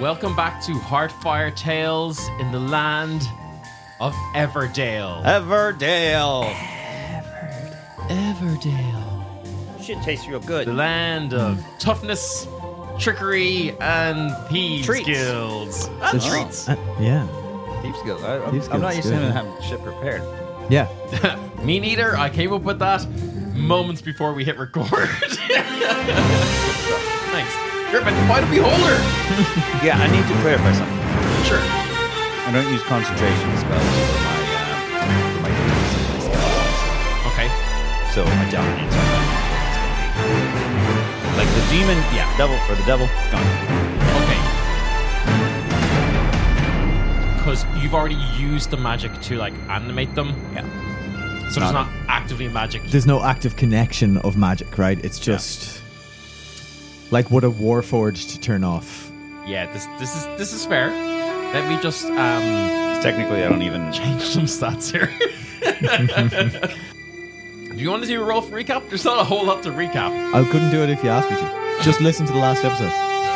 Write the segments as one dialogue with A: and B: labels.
A: Welcome back to Heartfire Tales in the land of Everdale.
B: Everdale.
A: Everdale.
B: Shit tastes real good.
A: The land of toughness, trickery, and thieves
B: Treats.
A: guilds.
B: And treats.
C: Uh, yeah.
B: Thieves Guild. I, I'm,
C: Thieves
B: I'm not
C: Guild's
B: used to
C: good,
B: him
C: yeah.
B: having shit prepared.
C: Yeah.
A: Me neither. I came up with that moments before we hit record. Thanks. You're a final beholder.
B: Yeah, I need to clarify something.
A: Sure.
B: I don't use concentration spells for my, uh, for my dudes and my spells.
A: Okay.
B: So I dominate. Like the demon, yeah, devil for the devil, it's gone.
A: Okay. Because you've already used the magic to like animate them,
B: Yeah.
A: so there's not actively magic.
C: There's no active connection of magic, right? It's just like would a warforged turn off?
A: Yeah, this this is this is fair. Let me just um
B: Technically, I don't even.
A: change some stats here. do you want to do a roll for recap? There's not a whole lot to recap.
C: I couldn't do it if you asked me to. Just listen to the last episode.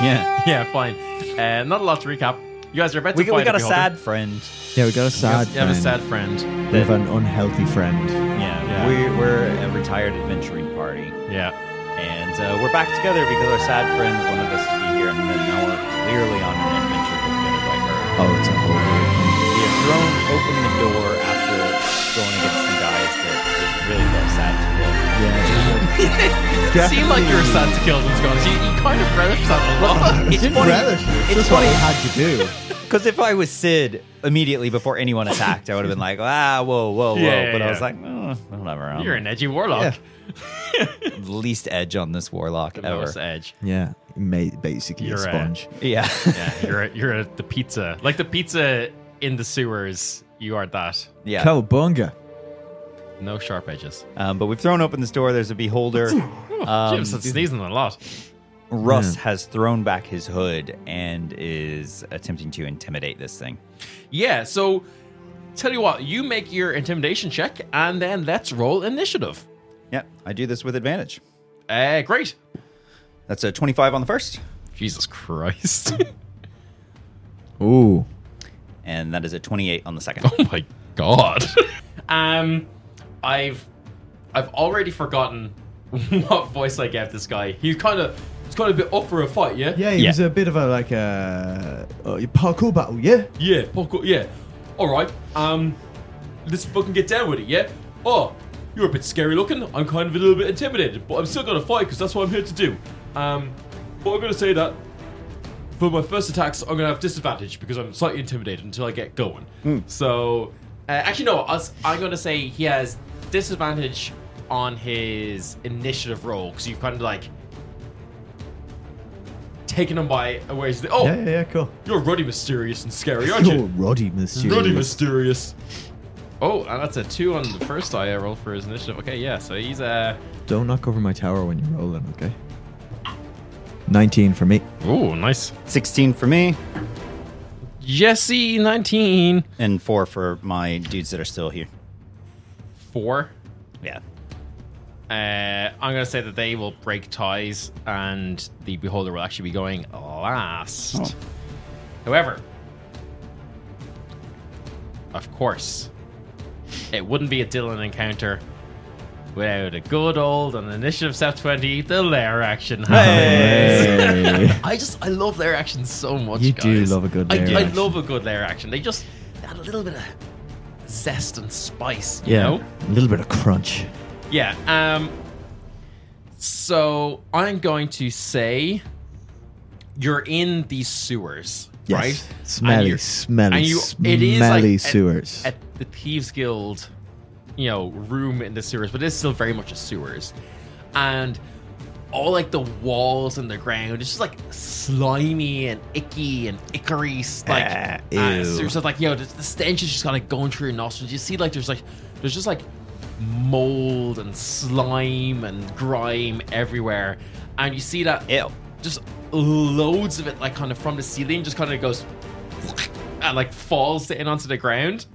B: Yeah.
A: Yeah, fine. Uh, not a lot to recap. You guys are about
B: We,
A: to
B: got- we
A: fight
B: got a
A: beholder.
B: sad friend.
C: Yeah, we got a sad.
A: You have a
C: friend.
A: sad friend.
C: We have an unhealthy friend.
B: Yeah.
A: Yeah.
B: We, we're a retired adventuring party.
A: Yeah.
B: And uh, we're back together because our sad friend wanted us to be here, and then now we're clearly on an adventure together by her.
C: Oh, it's a horrible.
B: We have thrown open the door after going against some guys that it really felt sad to kill.
C: Yeah.
A: It didn't seem like you were sad to kill them, Scott. You, you kind of relished that a lot.
B: It's
C: Didn't relish it. It's,
B: It's
C: just
B: funny
C: what we had to do.
B: because if I was Sid immediately before anyone attacked, I would have been like, ah, whoa, whoa, whoa.
A: Yeah,
B: but I
A: yeah.
B: was like, oh, whatever. I'm
A: You're an edgy warlock.
C: Yeah.
B: the least edge on this warlock
A: The
B: ever.
A: most edge.
C: Yeah, ma- basically
A: You're,
C: a
A: uh,
C: sponge.
B: Yeah.
A: Yeah, you're you're the pizza, like the pizza in the sewers. You are that.
B: yeah.
C: Cowabunga.
A: No sharp edges.
B: Um, but we've thrown open this door. There's a beholder.
A: Um,
B: Um,
A: sneezing a lot.
B: Russ has thrown back his hood and is attempting to intimidate this thing.
A: Yeah. So, tell you what, you make your intimidation check, and then let's roll initiative.
B: Yep, I do this with advantage.
A: Uh, great.
B: That's a 25 on the first,
A: Jesus Christ.
C: Ooh.
B: and that is a 28 on the second.
A: oh my God. um, I've I've already forgotten what voice I gave this guy. He's kind of he's kind of a bit up for a fight. Yeah.
C: Yeah, it
B: Yeah.
C: was a bit of a like a uh, parkour battle. Yeah.
A: Yeah, parkour, yeah. Alright, um, let's fucking get down with it, yeah? Oh, you're a bit scary looking. I'm kind of a little bit intimidated, but I'm still gonna fight because that's what I'm here to do. Um, but I'm gonna say that for my first attacks, I'm gonna have disadvantage because I'm slightly intimidated until I get going.
C: Hmm.
A: So, uh, actually, no, I was- I'm gonna say he has disadvantage on his initiative roll because you've kind of like taken him by away. He's like, Oh,
C: Yeah, yeah, yeah, cool.
A: you're ruddy, mysterious, and scary, aren't you?
C: Roddy Mysterious.
A: Ruddy, mysterious. Oh, and that's a two on the first die I roll for his initiative. Okay, yeah, so he's uh
C: Don't knock over my tower when you're rolling, okay? 19 for me.
A: oh nice
B: 16 for me,
A: Jesse nineteen
B: and 4 for my dudes that are still here.
A: four.
B: Yeah.
A: Uh, I'm gonna say that they will break ties, and the beholder will actually be going last.
B: Oh.
A: However, of course, it wouldn't be a Dylan encounter without a good old on initiative step twenty, the lair action.
C: Hey.
A: I just I love layer action so much.
C: You do
A: guys.
C: love a good
A: I-
C: layer
A: I,
C: action.
A: love a good layer action. They just add a little bit of zest and spice. You
C: yeah.
A: Know?
C: A little bit of crunch.
A: Yeah. Um. So I'm going to say you're in these sewers,
C: Yes.
A: right? And
C: Smelly,
A: you're-
C: smelly,
A: and you- it is like
C: smelly
A: at-
C: sewers.
A: at the Thieves Guild, you know, room in the sewers, but it's still very much a sewers. And all like the walls and the ground, it's just like slimy and icky and icky. Like,
C: Ah,
A: uh,
C: ew.
A: sewers. So, like, yo, the, the stench is just kind of going through your nostrils. You see, like, there's like, there's just like mold and slime and grime everywhere. And you see that
B: Ew.
A: just loads of it, like kind of from the ceiling, just kind of goes and like falls in onto the ground.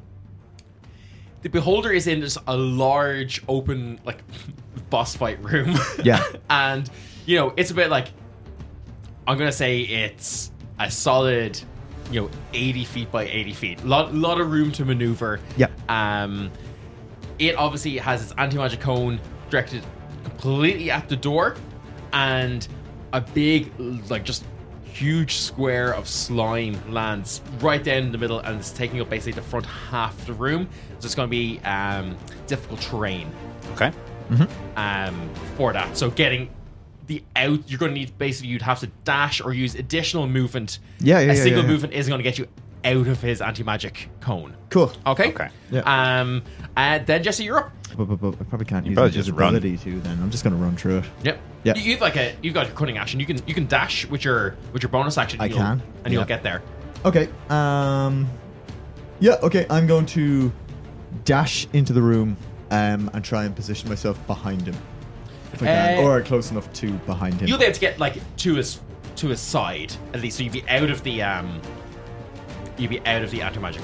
A: The beholder is in just a large open like boss fight room.
C: Yeah.
A: and you know it's a bit like I'm gonna say it's a solid, you know, 80 feet by 80 feet. Lot lot of room to maneuver.
C: Yep.
A: Um, it obviously has its anti magic cone directed completely at the door, and a big, like, just huge square of slime lands right down in the middle and it's taking up basically the front half of the room. So it's going to be um, difficult terrain
B: Okay.
A: um, for that. So getting the out, you're going to need basically you'd have to dash or use additional movement.
C: Yeah, yeah,
A: a
C: yeah,
A: single
C: yeah, yeah.
A: movement isn't going to get you out of his anti magic cone.
C: Cool.
A: Okay.
B: Okay.
C: Yeah.
A: Um. And then Jesse, you're up.
C: But, but, but I probably can't use
B: probably
C: his
B: just run.
C: ability to then. I'm just going to run through it.
A: Yep.
C: Yeah.
A: You- You've like a you've got your cunning action. You can you can dash with your with your bonus action.
C: I
A: and you'll-
C: can.
A: And you'll
C: Yeah.
A: get there.
C: Okay. Um. Yeah. Okay. I'm going to dash into the room um, and try and position myself behind him, if I can,
A: Uh,
C: or close enough to behind him.
A: You'll be able to get like to his to his side at least. So you'd be out of the um. You'd be out of the anti magic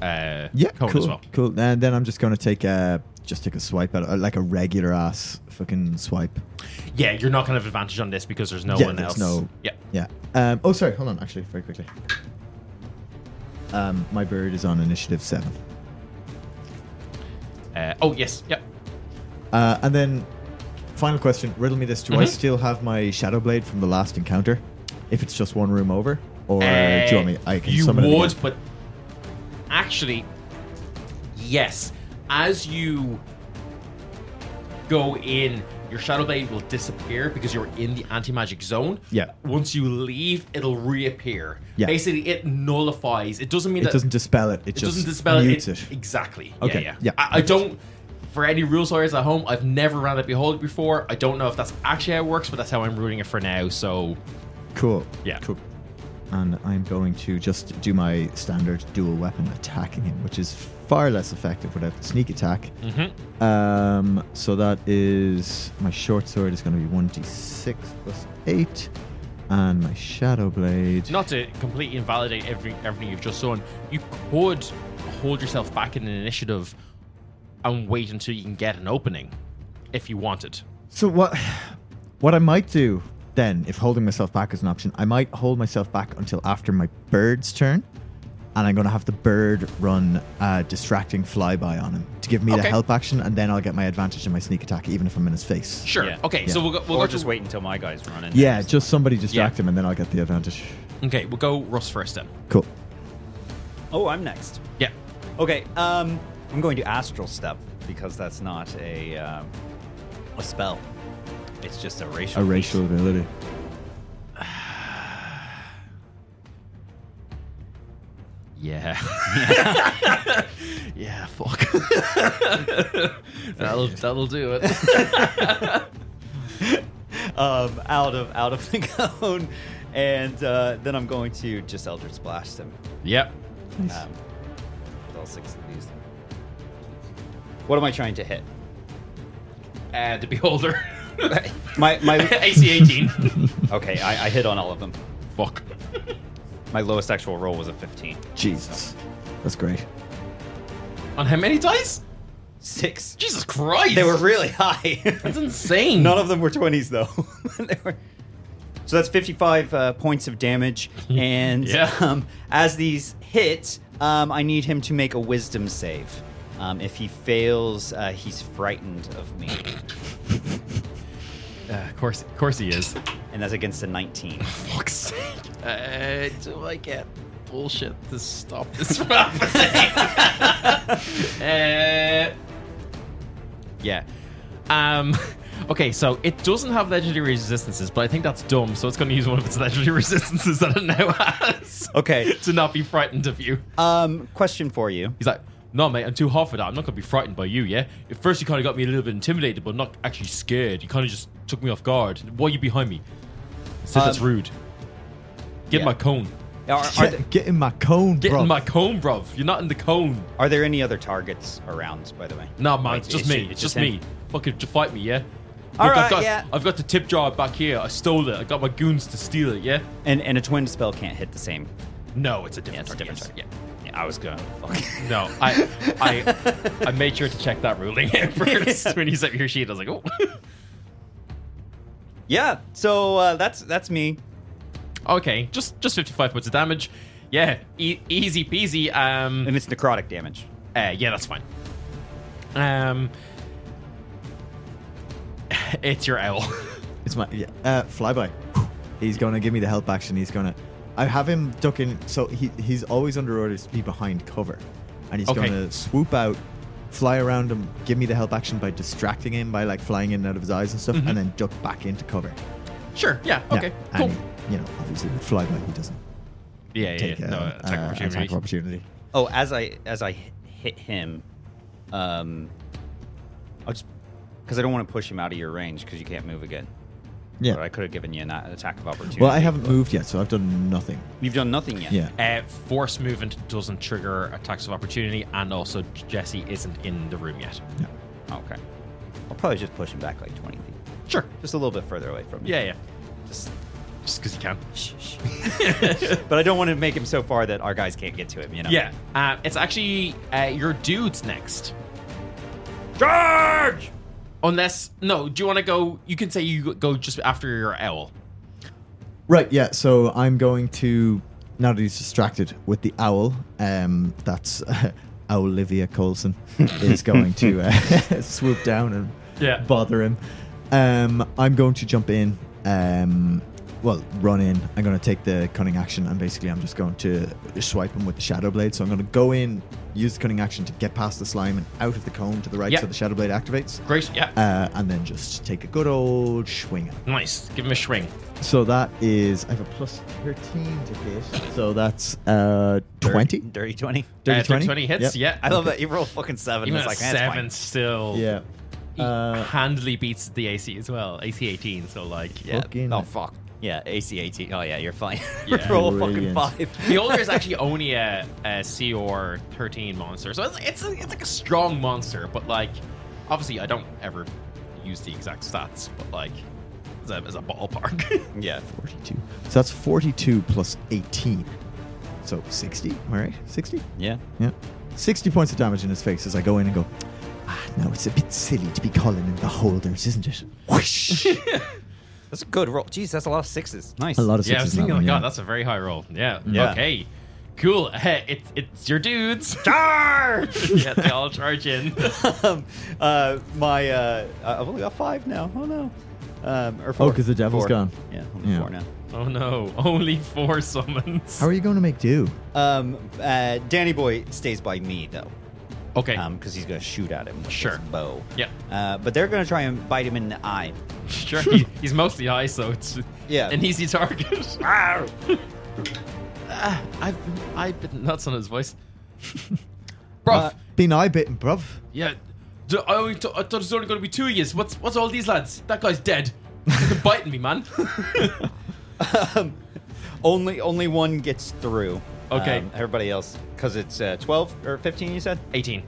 A: uh,
C: yeah.
A: cone
C: cool.
A: as well.
C: Cool. And then I'm just going to take a just take a swipe at it, like a regular ass fucking swipe.
A: Yeah, you're not gonna have advantage on this because there's no
C: Yeah,
A: one
C: there's
A: else.
C: no-
A: Yeah.
C: Yeah. Um. Oh, sorry. Hold on. Actually, very quickly. Um. My bird is on initiative seven.
A: Uh, oh yes. Yep.
C: Uh, and then, final question: Riddle me this. Do I
A: Mhm.
C: still have my shadow blade from the last encounter? If it's just one room over, or
A: Uh,
C: do you want me? I can
A: you
C: summon it
A: would,
C: again?
A: but actually, yes. As you go in, your shadow blade will disappear because you're in the anti magic zone.
C: Yeah.
A: Once you leave, it'll reappear.
C: Yeah.
A: Basically, it nullifies. It doesn't mean
C: It
A: that
C: doesn't dispel it. It,
A: it
C: just
A: doesn't dispel
C: mutes
A: it.
C: it.
A: Exactly.
C: Okay,
A: Yeah.
C: yeah.
A: yeah. I, I don't. For any rules lawyers at home, I've never ran a behold before. I don't know if that's actually how it works, but that's how I'm ruling it for now. So
C: Cool.
A: Yeah.
C: Cool. And I'm going to just do my standard dual weapon attacking him, which is far less effective without the sneak attack. Mm-hmm. Um, so that is my short sword is going to be one d six plus eight, and my shadow blade.
A: not to completely invalidate every, everything you've just done, you could hold yourself back in an initiative and wait until you can get an opening if you wanted.
C: So what what I might do then, if holding myself back is an option, I might hold myself back until after my bird's turn, and I'm gonna have the bird run a distracting flyby on him to give me the
A: Okay.
C: help action, and then I'll get my advantage in my sneak attack, even if I'm in his face.
A: Sure.
B: Yeah.
A: Okay.
C: Yeah.
A: So we'll go. We'll
B: or
A: go
B: just
A: to-
B: wait until my guy's running.
C: Yeah, just somebody distract
A: Yeah.
C: him, and then I'll get the advantage.
A: Okay. We'll go Russ first then.
C: Cool.
B: Oh, I'm next.
A: Yeah.
B: Okay, um, I'm going to astral step because that's not a um, a spell. It's just a racial.
C: A racial ability.
A: Yeah. yeah. Fuck. that'll that'll do it.
B: um, out of out of the cone, and uh, then I'm going to just eldritch blast him.
A: yep.
C: Nice.
B: Um, with all six of these. What am I trying to hit?
A: Uh, the beholder.
B: My my.
A: AC eighteen.
B: okay, I, I hit on all of them.
A: Fuck.
B: My lowest actual roll was a 15.
C: Jesus, that's great.
A: On how many dice?
B: Six.
A: Jesus Christ.
B: They were really high.
A: That's insane.
B: None of them were 20s, though. They were- So that's 55 uh, points of damage. And
A: Yeah.
B: um, as these hit, um, I need him to make a wisdom save. Um, if he fails, uh, he's frightened of me.
A: Uh, of course. Of course he is.
B: And that's against a 19.
A: fuck's sake. Uh, do I get bullshit to stop this from happening? uh, yeah. Um, okay, so it doesn't have legendary resistances, but I think that's dumb, so it's going to use one of its legendary resistances that it now has.
B: Okay.
A: to not be frightened of you.
B: Um, question for you.
A: He's like, no, mate, I'm too hot for that. I'm not going to be frightened by you, yeah? At first, you kind of got me a little bit intimidated, but not actually scared. You kind of just took me off guard. Why are you behind me? I said that's
B: Um,
A: rude. Get
B: yeah.
A: my cone.
B: Are, are,
C: Yeah,
B: th-
C: get in my cone,
A: Get
C: bro.
A: in my cone, bruv. You're not in the cone.
B: are there any other targets around, by the way?
A: Nah, man,
B: Like,
A: it's just me.
B: ju-
A: It's just
B: him?
A: me. Fucking j- fight me, yeah?
B: All
A: Look, I've
B: right,
A: got,
B: yeah.
A: I've got the tip jar back here. I stole it. I got my goons to steal it, yeah?
B: And, and a twin spell can't hit the same.
A: No, it's a
B: Yeah,
A: different
B: it's a different
A: target,
B: target. Yeah. Yeah, I was going to fuck.
A: yes. No, I, I, I made sure to check that ruling first when you sent me your sheet. I was like, oh.
B: yeah, so uh, that's that's me.
A: okay, just just 55 points of damage. Yeah, e- easy peasy. Um,
B: And it's necrotic damage.
A: Uh, yeah, that's fine. Um, it's your owl.
C: It's my yeah. Uh, flyby. He's gonna give me the help action. He's gonna. I have him ducking, so he he's always under orders to be behind cover, and he's
A: Okay.
C: gonna swoop out, fly around him, give me the help action by distracting him by like flying in and out of his eyes and stuff, and then duck back into cover.
A: sure. Yeah.
C: Yeah,
A: Mm-hmm. Okay.
C: and
A: Cool.
C: he- you know, obviously with flyby, he doesn't
A: yeah. Yeah.
C: take
A: yeah.
C: uh,
A: No, attack
C: uh,
A: opportunity.
C: attack of opportunity.
B: Oh, as I as I hi- hit him, um, I'll just because I don't want to push him out of your range because you can't move again.
C: Yeah.
B: But I could have given you an a- attack of opportunity.
C: Well, I haven't moved yet, so I've done nothing.
B: You've done nothing yet.
C: Yeah.
A: Uh, force movement doesn't trigger attacks of opportunity, and also Jesse isn't in the room yet.
C: Yeah.
B: Oh, Okay. I'll probably just push him back like twenty feet,
A: Sure.
B: just a little bit further away from me.
A: Yeah, yeah.
B: Just
A: Just because you can.
B: shh, shh. but I don't want to make him so far that our guys can't get to him. You know.
A: Yeah. Uh, it's actually uh, your dude's next.
B: Charge!
A: Unless, no, do you want to go? You can say you go just after your owl.
C: Right, yeah, so I'm going to, now that he's distracted with the owl, um, that's uh, Olivia Colson, is going to uh, swoop down and
A: Yeah.
C: bother him. Um, I'm going to jump in, um, well, run in. I'm going to take the cunning action, and basically I'm just going to swipe him with the shadow blade. So I'm going to go in, use the cunning action to get past the slime and out of the cone to the right
A: Yeah.
C: so the shadow blade activates,
A: Great. Yeah.
C: uh, and then just take a good old swing at him.
A: nice. Give him a swing.
C: So that is I have a plus thirteen to hit. So that's uh twenty.
B: Dirty twenty.
A: Uh,
C: Dirty
A: 20? hits. Yeah.
B: I love that you roll fucking seven.
A: Even
B: it's
A: at
B: like eh, it's fine.
A: seven still.
C: Yeah.
A: He
C: Uh,
A: handily beats the AC as well. AC 18, so like, yeah.
C: Fucking-
B: Oh fuck. Yeah, AC eighteen. Oh yeah, you're fine.
A: Yeah.
B: Roll a fucking
C: Brilliant.
B: five.
A: The older is actually only a, a CR 13 monster, so it's, it's, it's like a strong monster, but like, obviously, I don't ever use the exact stats, but like, as a, as a ballpark.
B: yeah.
C: Forty-two. So that's forty-two plus eighteen. So sixty. All right, sixty.
B: Yeah.
C: Yeah. Sixty points of damage in his face as I go in and go. Ah, no, it's a bit silly to be calling him the holders, isn't it? Whoosh.
B: That's a good roll. Jeez, that's a lot of sixes. Nice.
C: a lot of
A: yeah, I was
C: sixes. in that
A: thinking, oh
C: one, yeah.
A: god, that's a very high roll. Yeah.
B: Yeah.
A: Okay. Cool. Hey, it's it's your dudes. Charge! yeah, they all charge in.
B: um, uh, my uh, I've only got five now. Oh no. Um, or four.
C: Oh, 'cause the devil's
B: Four.
C: gone.
B: Yeah, only
C: Yeah.
B: four now.
A: Oh no, only four summons.
C: How are you going to make do?
B: Um, uh, Danny Boy stays by me though,
A: okay.
B: Um, 'cause because he's gonna shoot at him with
A: Sure.
B: his bow.
A: Yeah.
B: Uh, but they're gonna try and bite him in the eye.
A: Sure, he, he's mostly high, so it's
B: Yeah.
A: an easy target. Ah, I've been, I've been nuts on his voice, bruv.
C: Uh, been eye bitten, bruv.
A: yeah, d- I, only t- I thought it was only going to be two years. What's what's all these lads? That guy's dead. They're biting me, man.
B: um, only only one gets through.
A: Okay.
B: Um, everybody else, because it's uh, 12 or 15, you said?
A: Eighteen.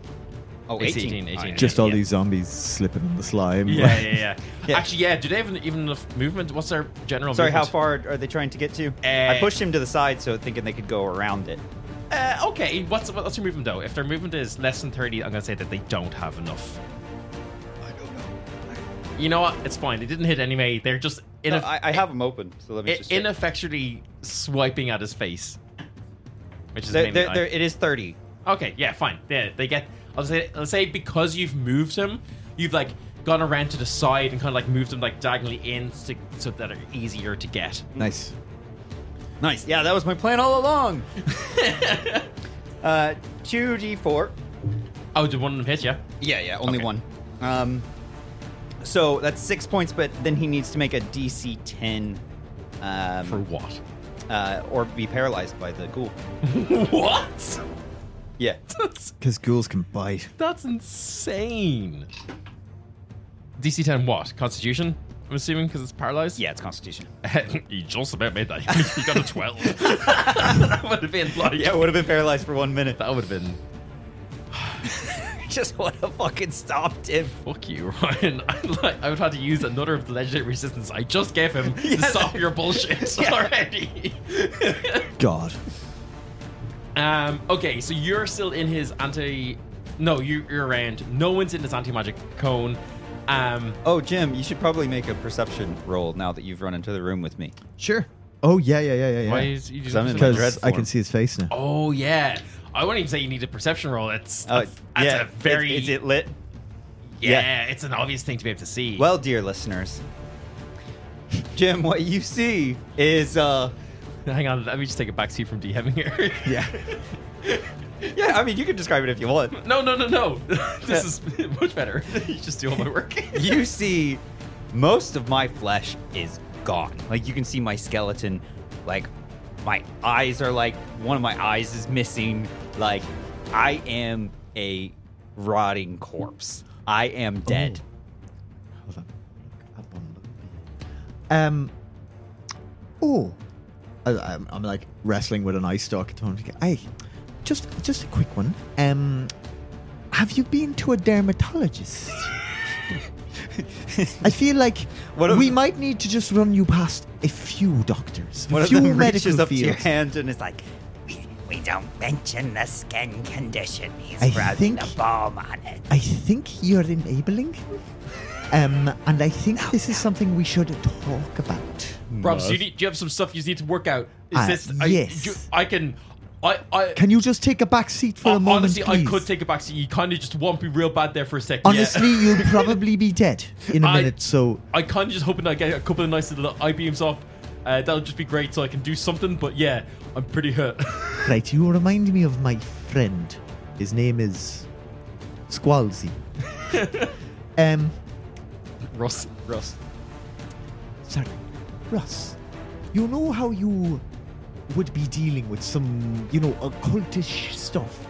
B: Oh,
A: It's
B: 18.
A: 18,
B: All right.
C: Just all
A: Yeah.
C: these zombies slipping in the slime.
A: Yeah, yeah, yeah,
B: Yeah.
A: Actually, yeah. Do they have an, even enough movement? What's their general?
B: Sorry, how
A: movement?
B: far are they trying to get to?
A: Uh,
B: I pushed him to the side, so thinking they could go around it.
A: Uh, okay, what's what's your movement though? If their movement is less than thirty, I'm gonna say that they don't have enough. I don't know. You know what? It's fine. They didn't hit anyway. They're just
B: No,
A: ineff-
B: I, I have him open, so let me
A: i-
B: just. check.
A: ineffectually swiping at his face, which is
B: There-
A: mainly
B: there- there- it is 30.
A: okay. Yeah, fine. Yeah, they get. I'll say. I'll say because you've moved him, you've like gone around to the side and kind of like moved him like diagonally in so, so that are easier to get.
C: Nice.
B: Nice. Yeah, that was my plan all along. uh, 2d4.
A: Oh, did one of them hit you?
B: Yeah, yeah, only
A: Okay.
B: one. Um, so that's six points, but then he needs to make a DC 10 um,
A: For what?
B: uh, or be paralyzed by the ghoul.
A: what?
B: Yeah.
A: That's
C: Because ghouls can bite.
A: That's insane. DC 10 what? Constitution? I'm assuming, because it's paralyzed?
B: Yeah, it's Constitution.
A: you just about made that. you got a 12. that would have been like.
B: Yeah, would have been paralyzed for one minute.
A: That would have been.
B: Just would have fucking stopped him.
A: Fuck you, Ryan. I, like, I would have to use another of the legendary resistance I just gave him
B: Yeah.
A: to stop your bullshit
B: Yeah.
A: already.
C: God.
A: um, okay, so you're still in his anti. No, you, you're around. No one's in his anti magic cone. Um,
B: Oh, Jim, you should probably make a perception roll now that you've run into the room with me.
C: Sure. Oh yeah, yeah, yeah, yeah.
A: Why
C: yeah.
A: is you
B: Because I'm in
A: doing-
B: my dread
C: Because I can
B: form.
C: see his face now.
A: Oh yeah. I wouldn't even say you need a perception roll. It's
B: Oh,
A: that's, that's
B: yeah.
A: a very
B: Is, is it lit?
A: yeah,
B: yeah.
A: It's an obvious thing to be able to see.
B: Well, dear listeners, Jim, what you see is uh,
A: hang on. Let me just take a backseat from DMing here.
B: yeah, yeah. I mean, you can describe it if you want.
A: No, no, no, no. this is much better. you just do all my work.
B: You see, most of my flesh is gone. Like you can see my skeleton, like my eyes are like one of my eyes is missing. Like I am a rotting corpse. I am dead.
C: Oh, Hold on. Up on the- Um. Oh, I, I'm, I'm like wrestling with an ice stock at the moment. I just just a quick one. Um, have you been to a dermatologist? I feel like
B: One of
C: we
B: the-
C: might need to just run you past a few doctors,
B: One
C: a
B: of
C: few
B: them reaches
C: medical
B: up to your
C: fields.
B: hand and is like,
D: We, we don't mention the skin condition. He's
C: I
D: rubbing
C: think-
D: a balm on it.
C: I think you're enabling, um, and I think this is something we should talk about.
A: Rob, so you need, do you have some stuff you need to work out? Is
C: Uh,
A: this? I,
C: yes.
A: do- I can. I. I
C: Can you just take a back seat for a
A: hon-
C: moment,
A: honestly,
C: please?
A: I could take a backseat. You kind of just won't be real bad there for a second.
C: Honestly, you'll probably be dead in a
A: I-
C: minute, so
A: I kind of just hoping I get a couple of nice little eye beams off. Uh, that'll just be great, so I can do something. But yeah, I'm pretty hurt.
C: right, you remind me of my friend. His name is Squalzy. um
A: Russ, Russ.
C: sorry. Russ, you know how you would be dealing with some, you know, occultish stuff.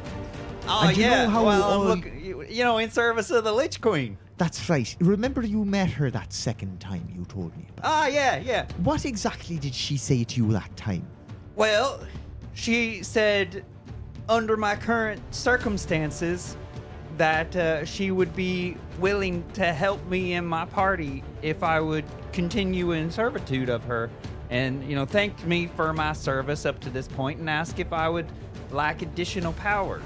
B: "Oh
C: And you
B: yeah,
C: know how
B: well, I'm
C: all-
B: look, you- you know, in service of the Lich Queen."
C: That's right. Remember you met her that second time you told me about.
B: Ah, yeah, yeah.
C: What exactly did she say to you that time?
B: Well, she said, under my current circumstances, that uh, she would be willing to help me and my party if I would continue in servitude of her. And, you know, thanked me for my service up to this point and asked if I would like additional powers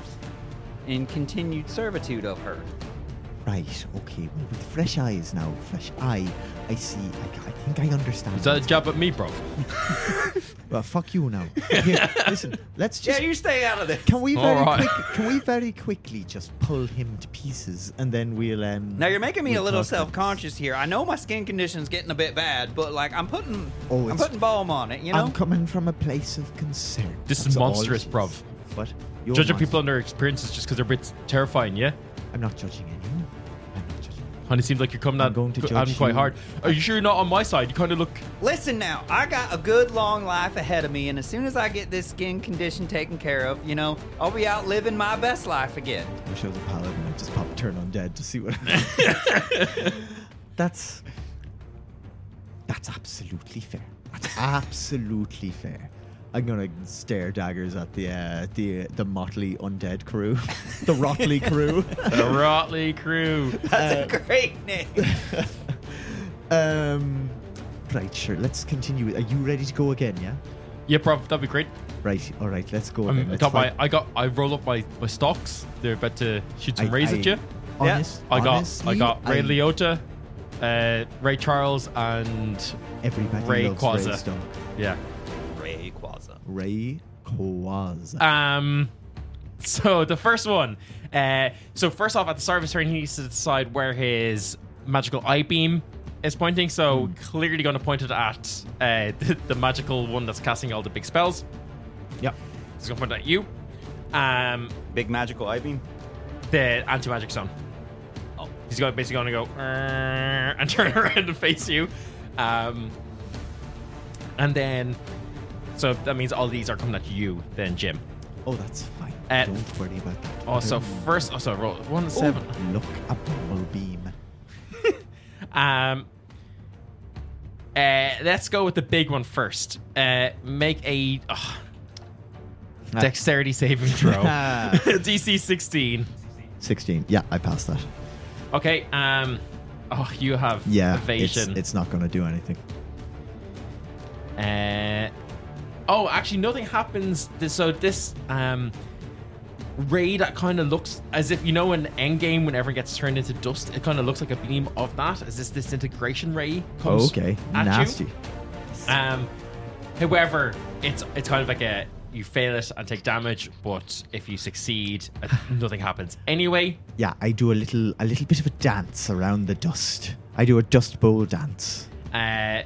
B: in continued servitude of her.
C: Right, okay. Well, with fresh eyes now, fresh eye, I see. I, I think I understand.
A: Is that a jab at me, bro?
C: Well, fuck you now. Here, listen, let's just.
B: you stay out of this.
C: Can we very
A: All right.
C: quick, Can we very quickly just pull him to pieces and then we'll um.
B: Now you're making me a
C: we'll
B: little
C: talk about
B: self-conscious here. I know my skin condition's getting a bit bad, but like I'm putting,
C: Oh,
B: I'm
C: it's-
B: putting balm on it. You
C: this.
B: know,
C: I'm coming from a place of concern.
A: This is
C: That's all
A: monstrous,
C: it is.
A: bruv.
C: What? You're
A: Judging
C: monstrous.
A: people on their experiences just because they're a bit terrifying, yeah?
C: I'm not judging anyone. I'm not judging.
A: And it seems like you're coming
C: I'm
A: at,
C: going to
A: at
C: judge
A: him quite
C: you.
A: hard. Are you sure you're not on my side? You kind of look.
B: Listen now, I got a good long life ahead of me, and as soon as I get this skin condition taken care of, you know, I'll be out living my best life again.
C: I wish I was a paladin. I just pop turn undead to see what. that's that's absolutely fair. That's absolutely fair. I'm gonna stare daggers at the uh, the the motley undead crew, the Rotley crew.
A: The Rotley crew. Uh,
B: That's a great name.
C: um, right, sure. Let's continue. Are you ready to go again? Yeah.
A: Yeah, bro, that'd be great.
C: Right. All right. Let's go.
A: I'm,
C: again.
A: I
C: Let's
A: got my,
C: fight.
A: I got, I roll up my, my stocks. They're about to shoot some
C: I-
A: rays
C: I-
A: at you.
C: Honest,
A: I got,
C: honestly,
A: I got Ray
C: I-
A: Liotta, uh, Ray Charles, and
C: Everybody
A: Ray
C: loves
A: Quaza.
C: Ray Stock.
A: yeah.
B: Ray Quaza.
C: Ray Quaza.
A: Um, so the first one. Uh, so first off, at the start of his turn, he needs to decide where his magical eye beam is pointing.
C: Hmm.
A: So clearly, going to point it at uh, the, the magical one that's casting all the big spells.
C: yep.
A: It's going to point at you. Um,
B: Big magical eye beam.
A: the anti magic zone. Oh, he's going basically going to go "Err," and turn around and face you. Um, and then, so that means all these are coming at you. Then Jim.
C: Oh, that's fine.
A: Uh,
C: Don't worry about that. Oh,
A: Also,
C: Don't
A: first, also roll one
C: Ooh,
A: seven.
C: Look, a bumble beam.
A: Um, Uh, let's go with the big one first. Uh, make a ugh,
C: Ah.
A: dexterity saving throw. DC 16.
C: 16. Yeah, I passed that.
A: Okay. Um. Oh, you have
C: Yeah, it's,
A: evasion.
C: it's not going to do anything.
A: Uh, oh, actually, nothing happens. Th- So this um, ray that kind of looks as if you know in Endgame when everyone gets turned into dust, it kind of looks like a beam of that. As this disintegration ray
C: Oh,
A: comes.
C: okay,
A: at you.
C: nasty.
A: Um, however, it's it's kind of like a you fail it and take damage, but if you succeed, uh, nothing happens. Anyway,
C: Yeah, I do a little a little bit of a dance around the dust. I do a dust bowl dance.
A: uh,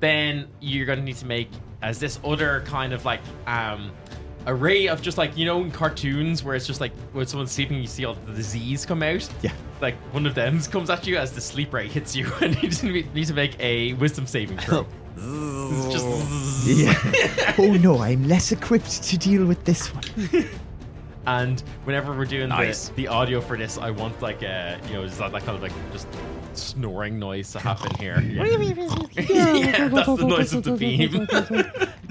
A: then you're going to need to make as this other kind of like um, array of just like you know in cartoons where it's just like when someone's sleeping you see all the disease come out
C: Yeah.
A: like one of them comes at you as the sleep ray hits you and you just need need to make a wisdom saving throw It's just
C: Yeah. oh no, I'm less equipped to deal with this one.
A: and whenever we're doing
D: Nice.
A: the, the audio for this i want like a you know is that, that kind of like just snoring noise to happen here yeah that's the noise of the beam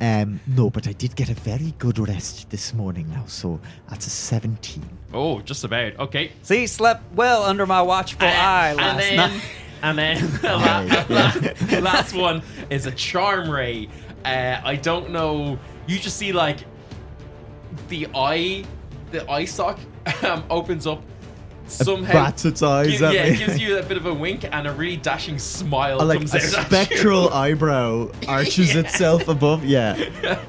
C: Um, no, but I did get a very good rest this morning now, so that's a 17.
A: oh just about okay
B: See, slept well under my watchful eye
A: and
B: last
A: then,
B: night.
A: And then the
C: Yeah,
A: la-
C: yeah.
A: last, the last one is a charm ray. Uh, I don't know. You just see like the eye, the eye sock um, opens up. Somehow
C: bats its eyes
A: Gives,
C: at
A: yeah,
C: me.
A: gives you a bit of a wink and a really dashing smile
C: Oh, like
A: comes
C: a
A: out. at
C: spectral eyebrow arches itself above. Yeah.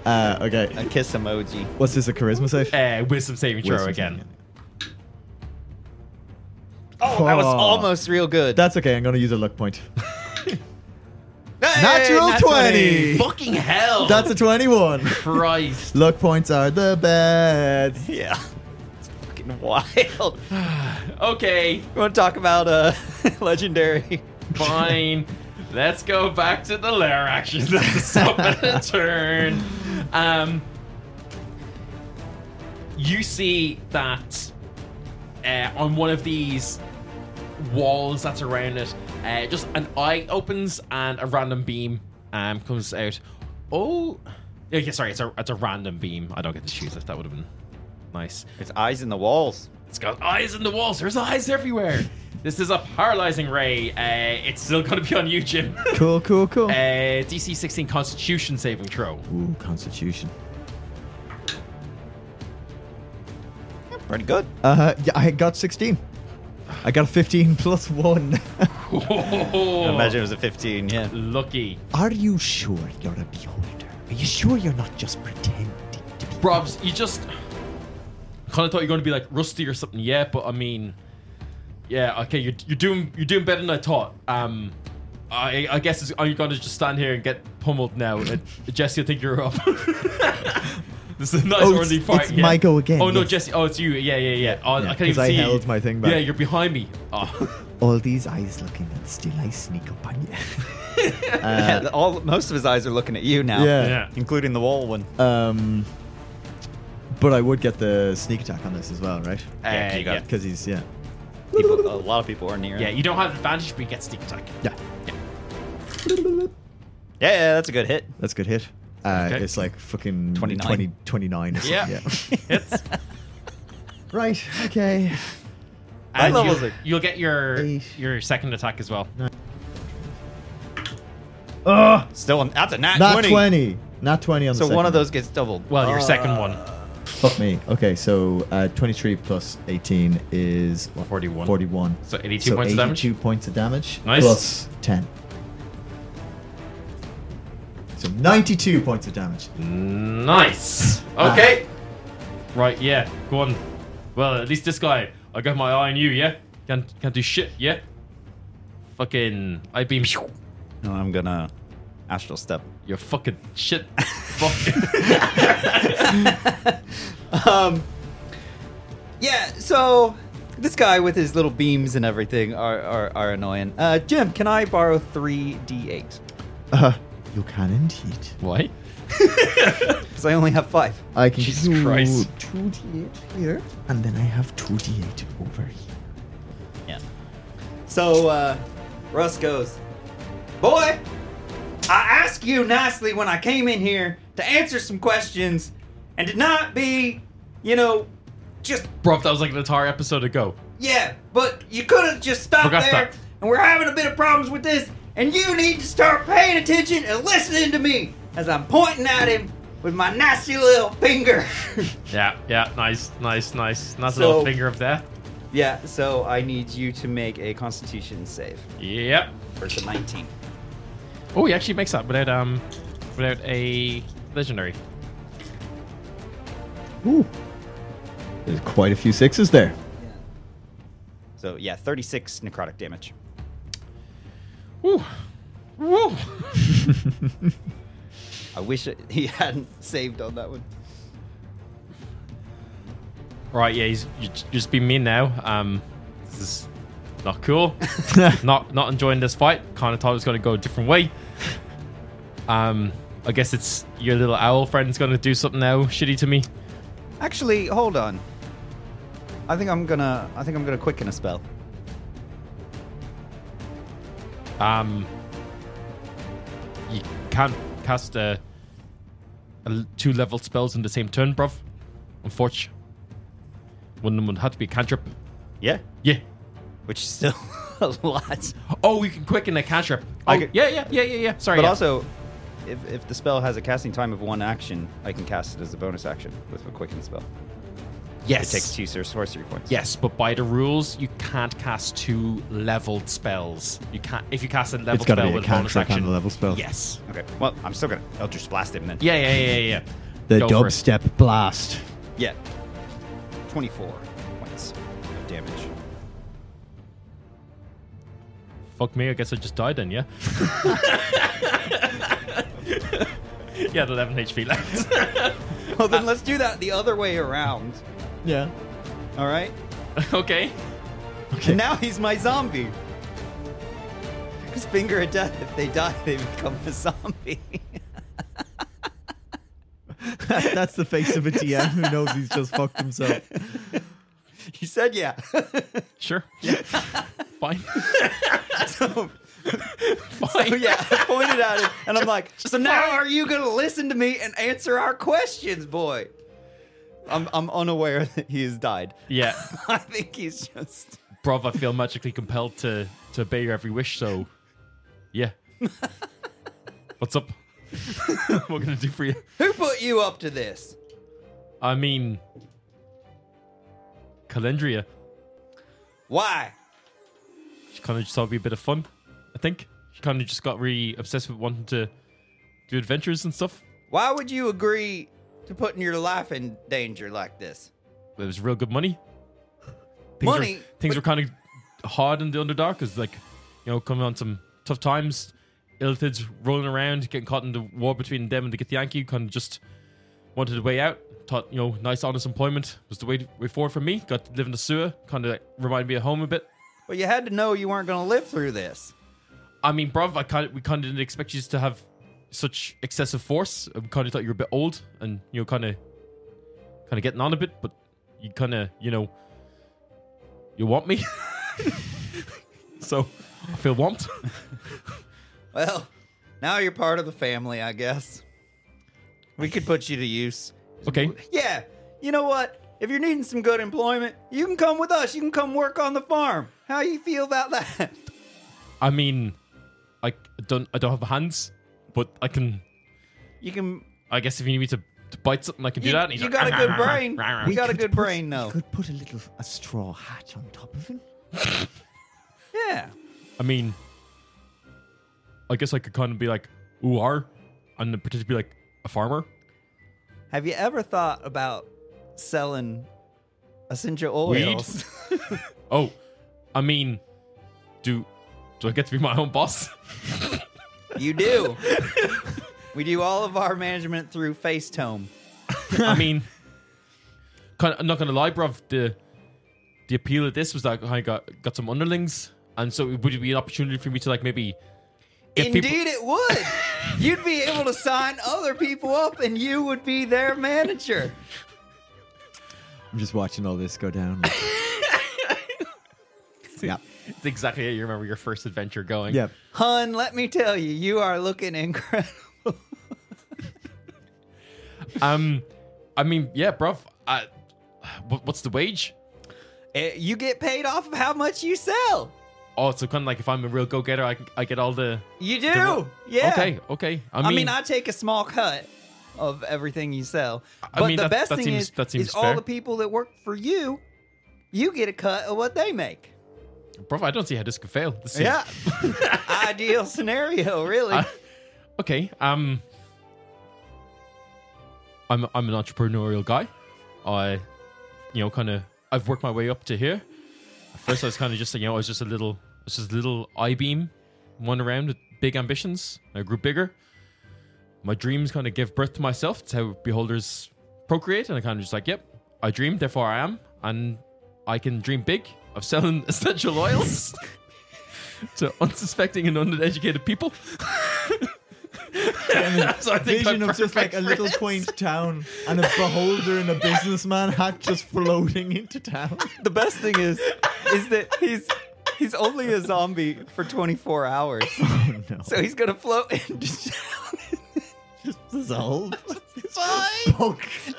C: Uh, okay.
E: A kiss emoji.
C: What's this? A charisma save?
A: you. Uh, wisdom saving throw
C: Wisdom
A: again.
C: saving.
E: Oh, that was
C: Oh.
E: almost real good.
C: That's okay. I'm gonna use a luck point.
E: Hey,
C: Natural
E: nat
C: 20.
A: Fucking hell!
C: That's a 21.
A: Christ.
C: luck points are the best.
E: Yeah. It's fucking wild. You
A: Okay,
E: want to talk about uh, legendary?
A: Fine. Let's go back to the lair action. That's a stop and a turn. Um, you see that uh, on one of these walls that's around it, uh, just an eye opens and a random beam um, comes out. Oh, yeah, yeah, sorry, it's a it's a random beam. I don't get to choose it. That would have been nice.
E: It's eyes in the walls.
A: It's got eyes in the walls. There's eyes everywhere. This is a paralyzing ray. Uh, it's still going to be on you, Jim. uh,
C: Cool, cool, cool.
A: DC 16 Constitution saving throw.
C: Ooh, Constitution.
E: Pretty good.
C: Uh, yeah, I got 16. I got a 15 plus one.
E: I imagine it was a 15, yeah.
A: Lucky.
C: Are you sure you're a beholder? Are you sure you're not just pretending to be?
A: Robs, you just kind of thought you were going to be like rusty or something. Yeah, but I mean, yeah, okay, you're, you're doing you're doing better than I thought. Um, I, I guess it's, are you going to just stand here and get pummeled now? Uh, Jesse, I think you're up. this is a nice
C: Oh, it's-
A: early fight.
C: it's
A: yeah.
C: my go again,
A: Oh no,
C: yes.
A: Jesse. Oh, it's you. Yeah, yeah, yeah. Oh,
C: Yeah,
A: I can't
C: 'cause
A: even
C: I
A: see. you.
C: held my thing back.
A: Yeah, you're behind me. Oh.
C: All these eyes looking, and still I sneak up on you.
A: Uh,
E: Yeah, all most of his eyes are looking at you now.
C: Yeah.
E: Including the wall one.
C: um, but I would get the sneak attack on this as well, right?
E: Yeah, you got
C: Because he's yeah,
E: People, a lot of people are near.
A: yeah,
E: him.
A: you don't have advantage, but you get sneak attack.
C: yeah.
E: yeah, yeah, that's a good hit.
C: That's a good hit. Uh,
A: Okay.
C: It's like fucking
E: 29.
C: 20, 29 or something.
A: Yeah.
C: Yeah.
A: Hits.
C: right. Okay.
A: And
E: What level
A: you'll,
E: is it?
A: you'll get your
C: Eight.
A: your second attack as well.
E: Still, on, that's a nat,
C: Not
E: 20.
C: 20. Not 20 on the
E: So one
C: second
E: of those gets doubled.
A: Well, your
C: Ah.
A: second one.
C: Fuck me. Okay, so uh, 23 plus 18 is what?
A: 41.
C: 41.
A: So 82 points of damage?
C: 82 points of damage.
A: Nice.
C: Plus 10. So 92 points of damage.
A: Mm. Nice. Okay. Ah. Right. Yeah. Go on. Well, at least this guy. I got my eye on you. Yeah. Can't can't do shit. Yeah. Fucking. I beam.
E: No, Uh, I'm gonna astral step.
A: You're fucking shit. Fuck.
E: Yeah. So this guy with his little beams and everything are are, are annoying. Uh, Jim, can I borrow three d8?
C: Uh, you can indeed.
A: Why?
E: Because I only have five.
C: I can
A: Jesus
C: do
A: Christ.
C: 2d8 here, and then I have 2d8 over here.
E: Yeah. So uh, Russ goes, boy,
F: I asked you nicely when I came in here to answer some questions and to not be, you know, just
A: Bro, that was like an entire episode ago.
F: yeah, but you could have just stopped
A: Forgot
F: there.
A: that.
F: And we're having a bit of problems with this, and you need to start paying attention and listening to me as I'm pointing at him with my nasty little finger.
A: Yeah, yeah, nice, nice, nice. Not
B: So-
A: the little finger of death.
B: Yeah, so I need you to make a Constitution save.
A: Yep.
B: Versus 19.
A: Oh, he actually makes that without um, without a legendary.
C: Ooh. There's quite a few sixes there.
B: So yeah, 36 necrotic damage.
A: Woo, woo.
B: I wish it, he hadn't saved on that one.
A: right, yeah, he's you, just be mean now. Um, this is not cool. not not enjoying this fight. Kind of thought it was going to go a different way. Um, I guess it's your little owl friend's going to do something now shitty to me.
B: Actually, hold on. I think I'm gonna. I think I'm gonna quicken a spell.
A: Um, you can't cast uh a l- two level spells in the same turn, bruv. Unfortunately, one of them would have to be a cantrip.
B: Yeah,
A: Yeah.
B: which is still a lot.
A: Oh, you can quicken a cantrip. Oh,
B: I could-
A: yeah, yeah, yeah, yeah, yeah. Sorry.
B: But
A: yeah.
B: also, if, if the spell has a casting time of one action, I can cast it as a bonus action with a quicken spell.
A: yes,
B: It takes two sor- sorcery points.
A: Yes, but by the rules, you can't cast two leveled spells. You can't if you cast a level
C: gotta
A: spell
C: be a
A: with a bonus
C: cantrip and
A: action.
C: a level spell.
A: Yes.
B: Okay. Well, I'm still gonna Eldritch Blast him then.
A: Yeah, yeah, yeah, yeah. yeah.
C: The
A: Go for it.
C: dubstep blast.
B: Yeah. 24 points of damage.
A: Fuck me, I guess I just died then, yeah? yeah, 11 HP left. Oh,
B: Well, then let's do that the other way around.
C: Ah. Yeah.
B: All right.
A: okay.
B: And now he's my zombie. His finger of death. If they die, they become a zombie.
C: That's the face of a DM who knows he's just fucked himself.
B: he said, "Yeah."
A: Sure. Fine.
B: so,
A: Fine.
B: Oh, yeah, I pointed at him, and I'm like, "So now, are you gonna listen to me and answer our questions, boy?" I'm I'm unaware that he has died.
A: Yeah.
B: I think he's just.
A: Bruv, I feel magically compelled to, to obey your every wish, so. Yeah. What's up? what can I do for you?
B: Who put you up to this?
A: I mean. Calendria.
B: Why?
A: She kind of just thought it'd be a bit of fun, I think. She kind of just got really obsessed with wanting to do adventures and stuff.
B: Why would you agree to putting your life in danger like this?
A: it was real good money. Things
B: Money?
A: Were, things were kind of hard in the Underdark because, like, you know, coming on some tough times, Illithids rolling around, getting caught in the war between them and the Githyanki, kind of just wanted a way out. Thought, you know, nice, honest employment was the way, way forward for me. Got to live in the sewer, kind of like, reminded me of home a bit.
B: Well, you had to know you weren't gonna live through this.
A: I mean, bruv, I kind of, we kind of didn't expect you to have such excessive force. I kind of thought you were a bit old and you know, kind of, kind of getting on a bit, but you kind of, you know, you want me, so I feel warmed.
B: Well, now you're part of the family, I guess. We could put you to use.
A: Okay,
B: Yeah, you know what? If you're needing some good employment, you can come with us. You can come work on the farm. How you feel about that?
A: I mean, I don't, I don't have hands, but I can.
B: You can.
A: I guess if you need me to, to bite something, I can
B: You,
A: do that. And he's
B: you
A: like, "Ah."
B: got a good brain. You got a
C: could
B: good
C: put-
B: brain, though.
C: Could put a little a straw hat on top of him.
B: Yeah.
A: I mean, I guess I could kind of be like, ooh, are, and then pretend to be like a farmer.
B: Have you ever thought about selling essential
A: Weed?
B: oils?
A: Oh, I mean, do do I get to be my own boss?
B: you do. we do all of our management through Facetome.
A: I mean, kind I'm not gonna lie, bruv. The the appeal of this was that I got got some underlings, and so it would be an opportunity for me to like maybe get
B: Indeed,
A: people.
B: it would. You'd be able to sign other people up, and you would be their manager.
C: I'm just watching all this go down. yeah.
A: It's exactly how you remember your first adventure going.
C: Yep.
B: Hun, let me tell you, you are looking incredible.
A: Um, I mean, yeah, bruv. I, what, what's the wage?
B: Eh, You get paid off of how much you sell.
A: Oh, so kind of like if I'm a real go-getter, I, can- I get all the.
B: You
A: the-
B: do. Yeah.
A: Okay. Okay. I mean,
B: I mean, I take a small cut of everything you sell.
A: I
B: But
A: mean,
B: the
A: that-
B: best
A: that
B: thing
A: seems-
B: is,
A: that seems
B: is
A: fair.
B: all the people that work for you, you get a cut of what they make.
A: bruv, I don't see how this could fail. This seems-
B: Ideal scenario, really.
A: I- okay. Um, I'm I'm an entrepreneurial guy. I, you know, kind of I've worked my way up to here. At first, I was kind of just you know I was just a little I was just a little I beam, one around with big ambitions. I grew bigger. My dreams kind of give birth to myself. It's how beholders procreate, and I kind of just like, yep, I dream, therefore I am, and I can dream big of selling essential oils to unsuspecting and uneducated people. So I think
C: Vision
A: I'm
C: of just like
A: perfect for
C: a little
A: it.
C: quaint town and a beholder in a businessman hat just floating into town.
E: The best thing is,
B: is that he's he's only a zombie for 24 hours,
C: Oh no.
B: so he's gonna float into
C: just dissolve.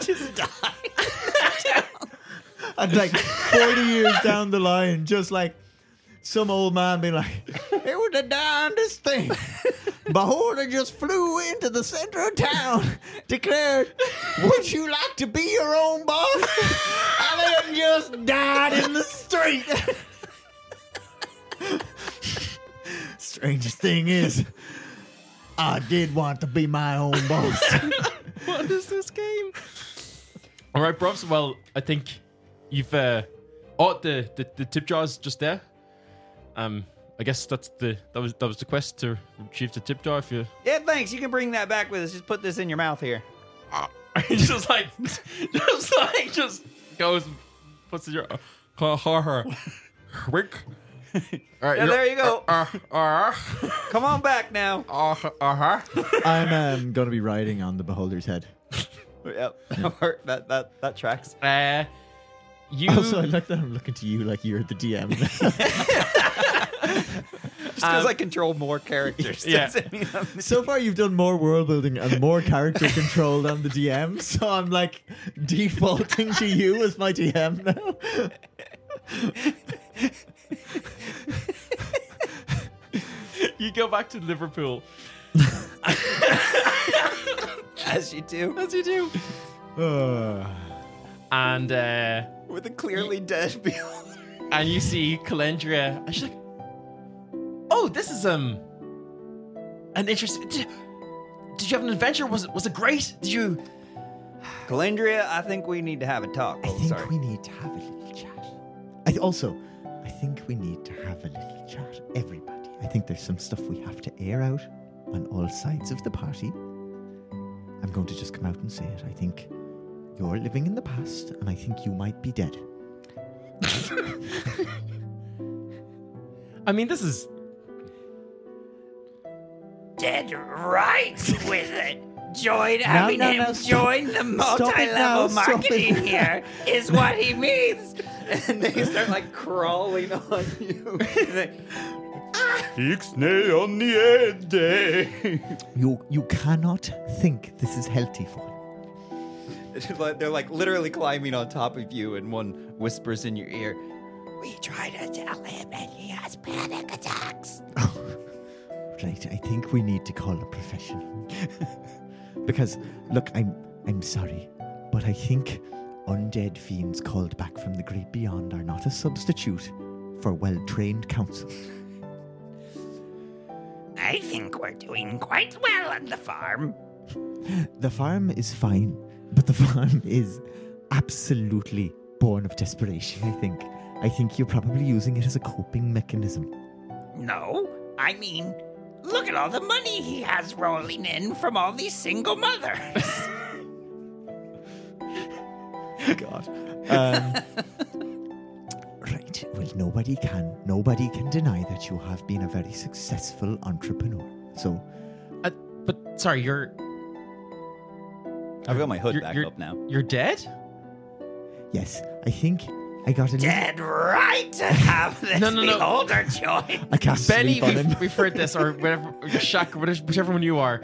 B: just die.
C: And like 40 years down the line, just like some old man being like, it was the darndest thing. Beholder just flew into the center of town, declared, Would you like to be your own boss? And then just died in the street. Strangest thing is, I did want to be my own boss.
A: what is this game? All right, bros. Well, I think you've uh, oh the, the the tip jar's just there. Um, I guess that's the that was that was the quest to retrieve the tip jar. If you
B: Yeah, thanks. You can bring that back with us. Just put this in your mouth here.
A: just like just like just goes and puts your ha ha ha. Wink. All right,
B: Yeah,
A: you're-
B: there you go.
A: Uh, uh,
B: Come on back now.
A: uh, uh, uh,
C: I'm um, going to be riding on the beholder's head.
E: yep, that, worked. that that that tracks.
A: uh. uh you
C: Also, I like that I'm looking to you like you're the DM.
E: Just because I control more characters.
A: Um, Yeah.
E: doesn't mean I'm-
C: so far, you've done more world building and more character control than the DM. So I'm like defaulting to you as my DM now.
A: you go back to Liverpool
B: As you do.
A: as you do,
C: Ugh.
A: and uh.
B: With a clearly dead beholder.
A: and you see Calendria, and she's like, "Oh, this is um, an interesting. Did, did you have an adventure? Was it was it great? Did you?
B: Calendria, I think we need to have a talk.
C: I
B: Oh,
C: think
B: sorry.
C: we need to have a little chat. I th- also, I think we need to have a little chat, everybody. I think there's some stuff we have to air out on all sides of the party. I'm going to just come out and say it. I think you're living in the past, and I think you might be dead.
A: I mean, this is
D: Dead right with it. Join having
C: no,
D: him
C: no, stop.
D: join the
C: Stop it now,
D: multi-level
C: stop it.
D: marketing here is what he means.
B: And they start like crawling on you.
C: You you cannot think this is healthy for you.
E: It's like- They're like literally climbing on top of you, and one whispers in your ear.
D: We try to tell him and he has panic attacks.
C: Right, I think we need to call a professional. because look, I'm I'm sorry, but I think undead fiends called back from the great beyond are not a substitute for well-trained counsel.
D: I think we're doing quite well on the farm.
C: The farm is fine, but the farm is absolutely born of desperation, I think. I think you're probably using it as a coping mechanism.
D: No, I mean, look at all the money he has rolling in from all these single mothers.
C: God. Um, right. Well, nobody can nobody can deny that you have been a very successful entrepreneur. So
A: uh, but sorry, you're
E: I've got my hood
A: You're-
E: back
A: you're-
E: up now.
A: you're dead.
C: yes, I think I got a little-
D: Dead right to have this
A: No, no, no.
D: beholder join.
C: I cast
A: Benny,
C: sleep on him.
A: we've, we've heard this, or whatever, or Shaq, whatever- whichever one you are.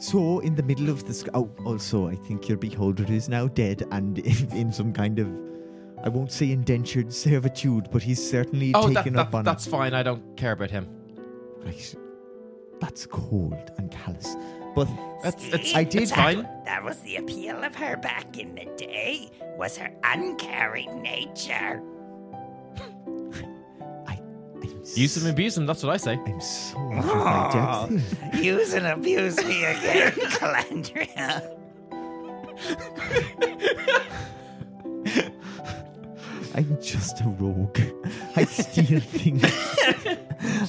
C: So, in the middle of the sky. Oh, also, I think your beholder is now dead and in, in some kind of. I won't say indentured servitude, but he's certainly
A: Oh, that,
C: taken
A: that-
C: up on.
A: that's fine. I don't care about him.
C: Right. That's cold and callous. But
A: That's, it's,
C: I did-
A: It's
D: That-
A: fine.
D: That was the appeal of her back in the day, was her uncaring nature.
C: I. I'm
A: Use him, Ah. abuse him. That's what I say.
C: I'm so out of my
D: Oh,
C: depth here.
D: use and abuse me again, Calandria.
C: I'm just a rogue. I steal things.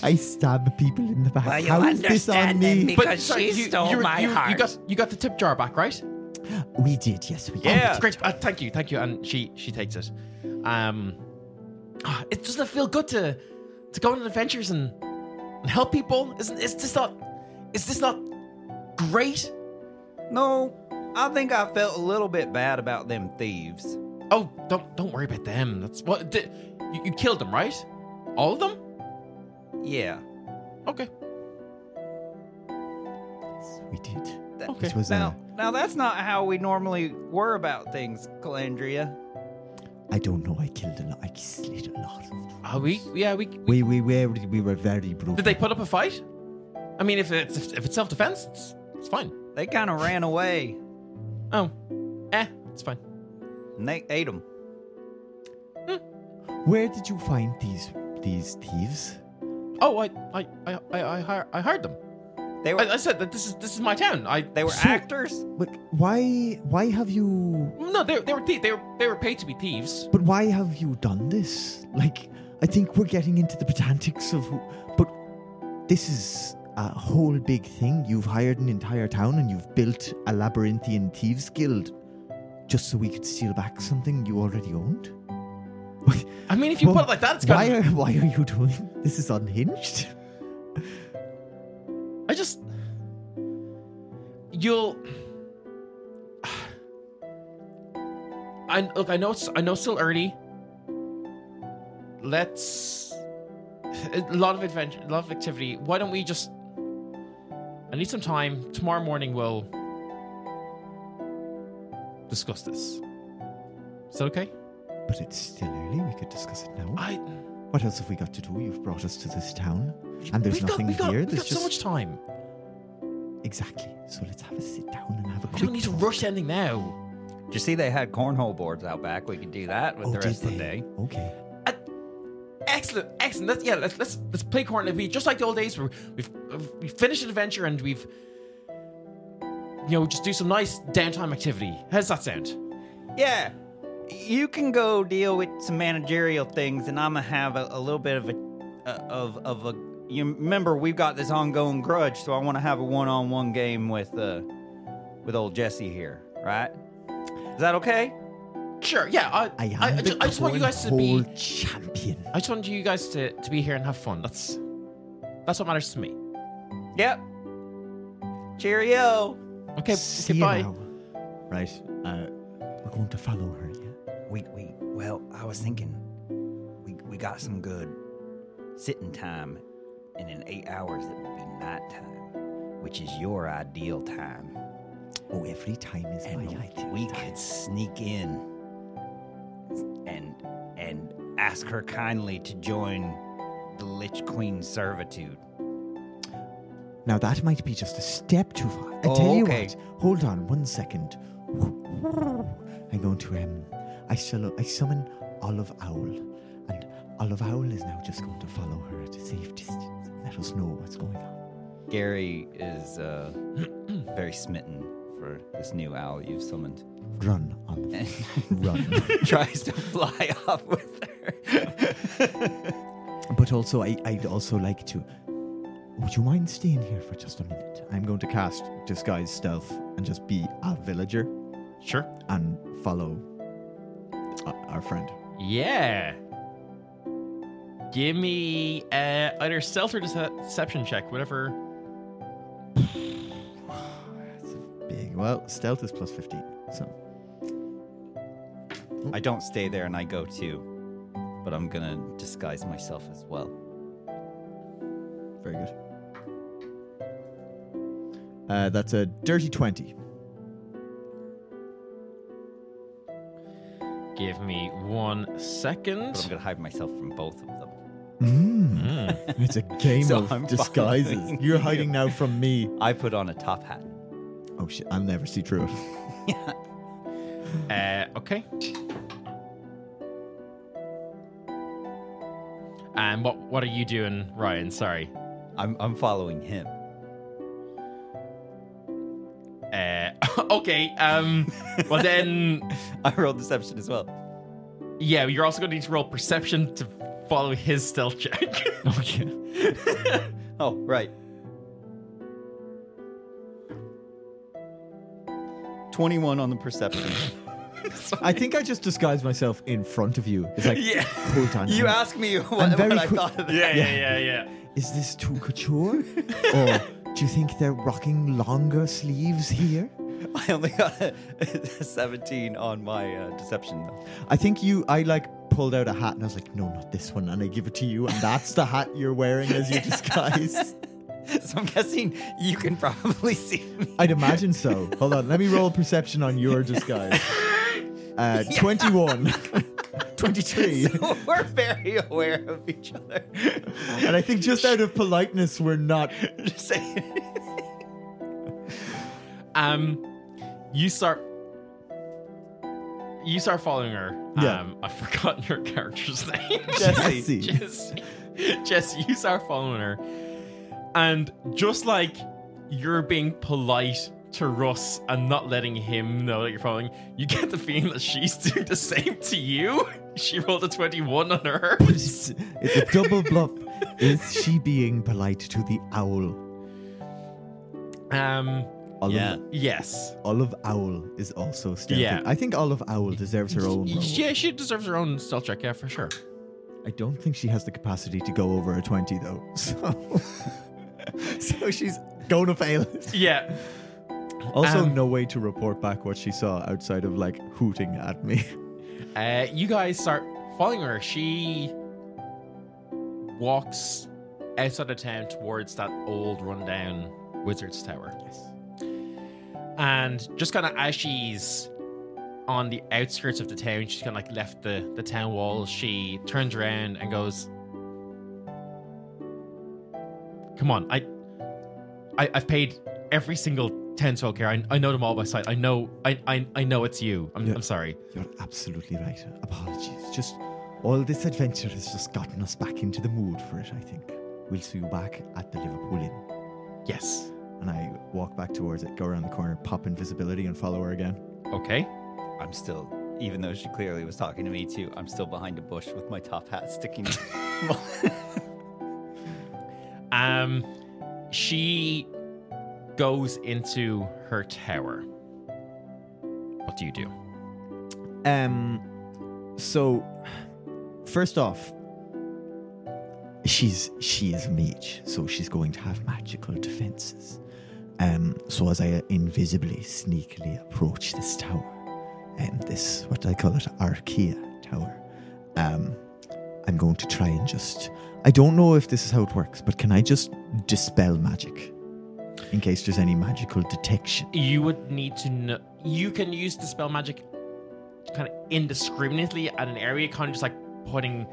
C: I stab people in the back.
D: Well, you
C: How is this on
D: understand then,
C: me?
D: because she stole
A: you, were-
D: my
A: you,
D: heart.
A: You got, you got the tip jar back, right?
C: We did, yes, we did.
A: Oh, great. Uh, thank you, thank you. And she she takes it. Um, ah, it doesn't it feel good to to go on adventures and, and help people. Isn't is this not is this not great?
E: No, I think I felt a little bit bad about them thieves.
A: Oh, don't don't worry about them. That's what di- you, you killed them, right? All of them?
E: Yeah.
A: Okay.
C: We did.
E: That-
A: Okay.
C: It was uh,
B: Now, now that's not how we normally were about things, Calandria.
C: I don't know. I killed a lot. I slit a lot.
A: Are we? Yeah, we. we
C: We we were we were very brutal.
A: did they put up a fight? I mean, if it's if it's self defense, it's, it's fine.
B: They kind of ran away.
A: Oh, eh, it's fine.
E: And they ate them.
C: Where did you find these these thieves?
A: Oh, I I I I I, hire, I hired them.
E: They were
A: I, I said that this is this is my town. I
E: they were
C: So-
E: actors.
C: But why why have you?
A: No, they, they were thie- they were they were paid to be thieves.
C: But why have you done this? Like, I think we're getting into the pedantics of. Who, but this is a whole big thing. You've hired an entire town and you've built a labyrinthian thieves guild just so we could steal back something you already owned.
A: I mean, if you
C: Well,
A: put it like that, it's
C: Why
A: kind
C: are
A: of.
C: why are you doing this? Is unhinged.
A: I just you'll. I look. I know. It's, I know. It's still early. Let's a lot of adventure, a lot of activity. Why don't we just? I need some time. Tomorrow morning we'll discuss this. Is that okay?
C: But it's still early. We could discuss it now.
A: I.
C: What else have we got to do? You've brought us to this town, and there's
A: we've
C: nothing
A: got, we've got,
C: here.
A: We've
C: there's
A: got
C: just
A: so much time.
C: exactly. So let's have a sit down and have a.
A: We
C: quick
A: don't need to
C: talk.
A: rush anything now.
E: Did you see they had cornhole boards out back? We could do that with
C: Oh,
E: the
C: did
E: rest of the
C: they?
E: day.
C: Okay.
A: Excellent, excellent. Let's, yeah, let's let's let's play corn. It'll be just like the old days where we've we finished an adventure and we've you know just do some nice downtime activity. How does that sound?
B: Yeah, you can go deal with some managerial things, and I'm gonna have a, a little bit of a of of a. You remember we've got this ongoing grudge, so I want to have a one-on-one game with uh with old Jesse here, right? Is that okay?
A: Sure. Yeah. I
C: I am
A: I, I,
C: the
A: just, I just want you guys to be.
C: cornhole champion.
A: I just want you guys to to be here and have fun. That's that's what matters to me.
B: Yep. Cheerio.
A: Okay.
C: See you
A: Goodbye.
C: now. Right. Uh, we're going to follow her. Yeah?
E: We we well, I was thinking we we got some good sitting time and in eight hours it would be nighttime, which is your ideal time.
C: Oh, every time is
E: and
C: my idea.
E: we
C: time.
E: could sneak in and and ask her kindly to join the Lich Queen servitude.
C: Now that might be just a step too far. I
E: Oh,
C: tell you
E: okay.
C: what. Hold on one second. I'm going to um. I shall. I summon Olive Owl, and Olive Owl is now just going to follow her at a safe distance. and Let us know what's going on.
E: Gary is uh, very smitten for this new owl you've summoned.
C: Run, Olive. Run.
E: Tries to fly off with her.
C: But also, I, I'd also like to. Would you mind staying here for just a minute? I'm going to cast disguise stealth and just be a villager
A: Sure.
C: and follow uh, our friend.
A: Yeah. Give me uh, either stealth or deception check, whatever.
C: Big. Well, stealth is plus 15, so
E: I don't stay there and I go too, but I'm gonna disguise myself as well.
C: Very good. Uh, that's a dirty 20.
A: Give me one second.
E: But I'm gonna hide myself from both of them.
C: It's a game
E: So
C: of
E: I'm
C: disguises.
E: following
C: You're
E: you.
C: hiding now from me.
E: I put on a top hat.
C: Oh shit, I'll never see through it.
A: Uh, okay. And what what are you doing, Ryan? Sorry.
E: I'm I'm following him.
A: Uh, okay. Um. Well then,
E: I roll deception as well.
A: yeah. You're also going to need to roll perception to follow his stealth check. okay.
E: Oh right. Twenty-one on the perception.
C: I think I just disguised myself in front of you. It's like,
E: Yeah.
C: hold on.
E: you
C: now.
E: asked me what,
C: very
E: what I
C: quick-
E: thought of that.
A: Yeah, yeah, yeah, yeah.
C: Is this too couture? or do you think they're rocking longer sleeves here?
E: I only got a, a seventeen on my uh, deception though.
C: I think you, I like pulled out a hat and I was like, no, not this one. And I give it to you, and that's the hat you're wearing as your disguise.
E: So I'm guessing you can probably see me.
C: I'd imagine so. Hold on, let me roll perception on your disguise. Uh, 21, 23.
E: So we're very aware of each other.
C: And I think just out of politeness, we're not.
E: Just saying.
A: Um, you start. You start following her.
C: Yeah.
A: Um, I've forgotten her character's name.
C: Jesse.
A: Jesse. Jesse, you start following her. And just like you're being polite to Russ and not letting him know that you're following, you get the feeling that she's doing the same to you. She rolled a 21 on her.
C: It's a double bluff. Is she being polite to the owl?
A: Um,
C: Olive,
E: Yeah.
A: yes.
C: Olive Owl is also stealthy.
A: Yeah.
C: I think Olive Owl deserves her own role.
A: Yeah, she deserves her own stealth check. Yeah, for sure.
C: I don't think she has the capacity to go over a 20, though. So, so she's going to fail it.
A: Yeah.
C: Also,
A: Um,
C: no way to report back what she saw outside of like hooting at me.
A: Uh, you guys start following her. She walks outside of town towards that old rundown wizard's tower. Yes. And just kind of as she's on the outskirts of the town, she's kind of like left the, the town wall. She turns around and goes, Come on, I, I I've paid every single ten soul care. I, I know them all by sight. I know I I, I know it's you. I'm,
C: Yeah.
A: I'm sorry.
C: You're absolutely right. Apologies. Just all this adventure has just gotten us back into the mood for it, I think. We'll see you back at the Liverpool Inn.
A: Yes.
C: And I walk back towards it, go around the corner, pop invisibility, and follow her again.
A: Okay.
E: I'm still, even though she clearly was talking to me too, I'm still behind a bush with my top hat sticking.
A: Um, she goes into her tower. What do you do?
C: Um, so first off, she's she is a mage, so she's going to have magical defenses. Um, so as I invisibly, sneakily approach this tower, um, this what I call it, Archaea Tower. Um, I'm going to try and just. I don't know if this is how it works, but can I just dispel magic in case there's any magical detection?
A: You would need to know. You can use dispel magic kind of indiscriminately at an area, kind of just like putting.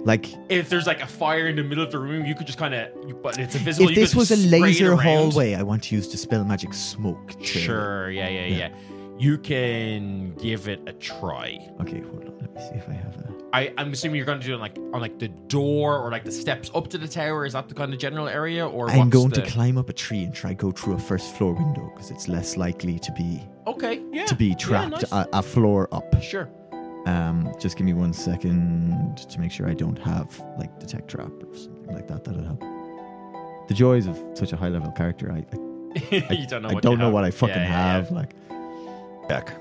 C: Like
A: If there's like a fire in the middle of the room, you could just kind of. But it's invisible.
C: if
A: you
C: this
A: could
C: was a
A: just spray it
C: laser
A: around.
C: hallway, I want to use dispel magic smoke. Chill.
A: Sure. Yeah, yeah. Yeah. You can give it a try.
C: Okay, hold on. Let me see if I have a.
A: I, I'm assuming you're going to do it like on like the door or like the steps up to the tower. Is that the kind of general area or?
C: I'm
A: what's
C: going to
A: the-
C: climb up a tree and try go through a first floor window because it's less likely to be
A: Okay. Yeah.
C: to be
A: yeah,
C: trapped uh,
A: nice.
C: a, a floor up.
A: Sure.
C: Um, just give me one second to make sure I don't have like detect trap or something like that. That'll help. The joys of such a high level character, I I,
A: you don't know.
C: I
A: what
C: don't
A: you
C: know
A: have.
C: what I fucking
A: Yeah, yeah,
C: have. Like,
E: Back.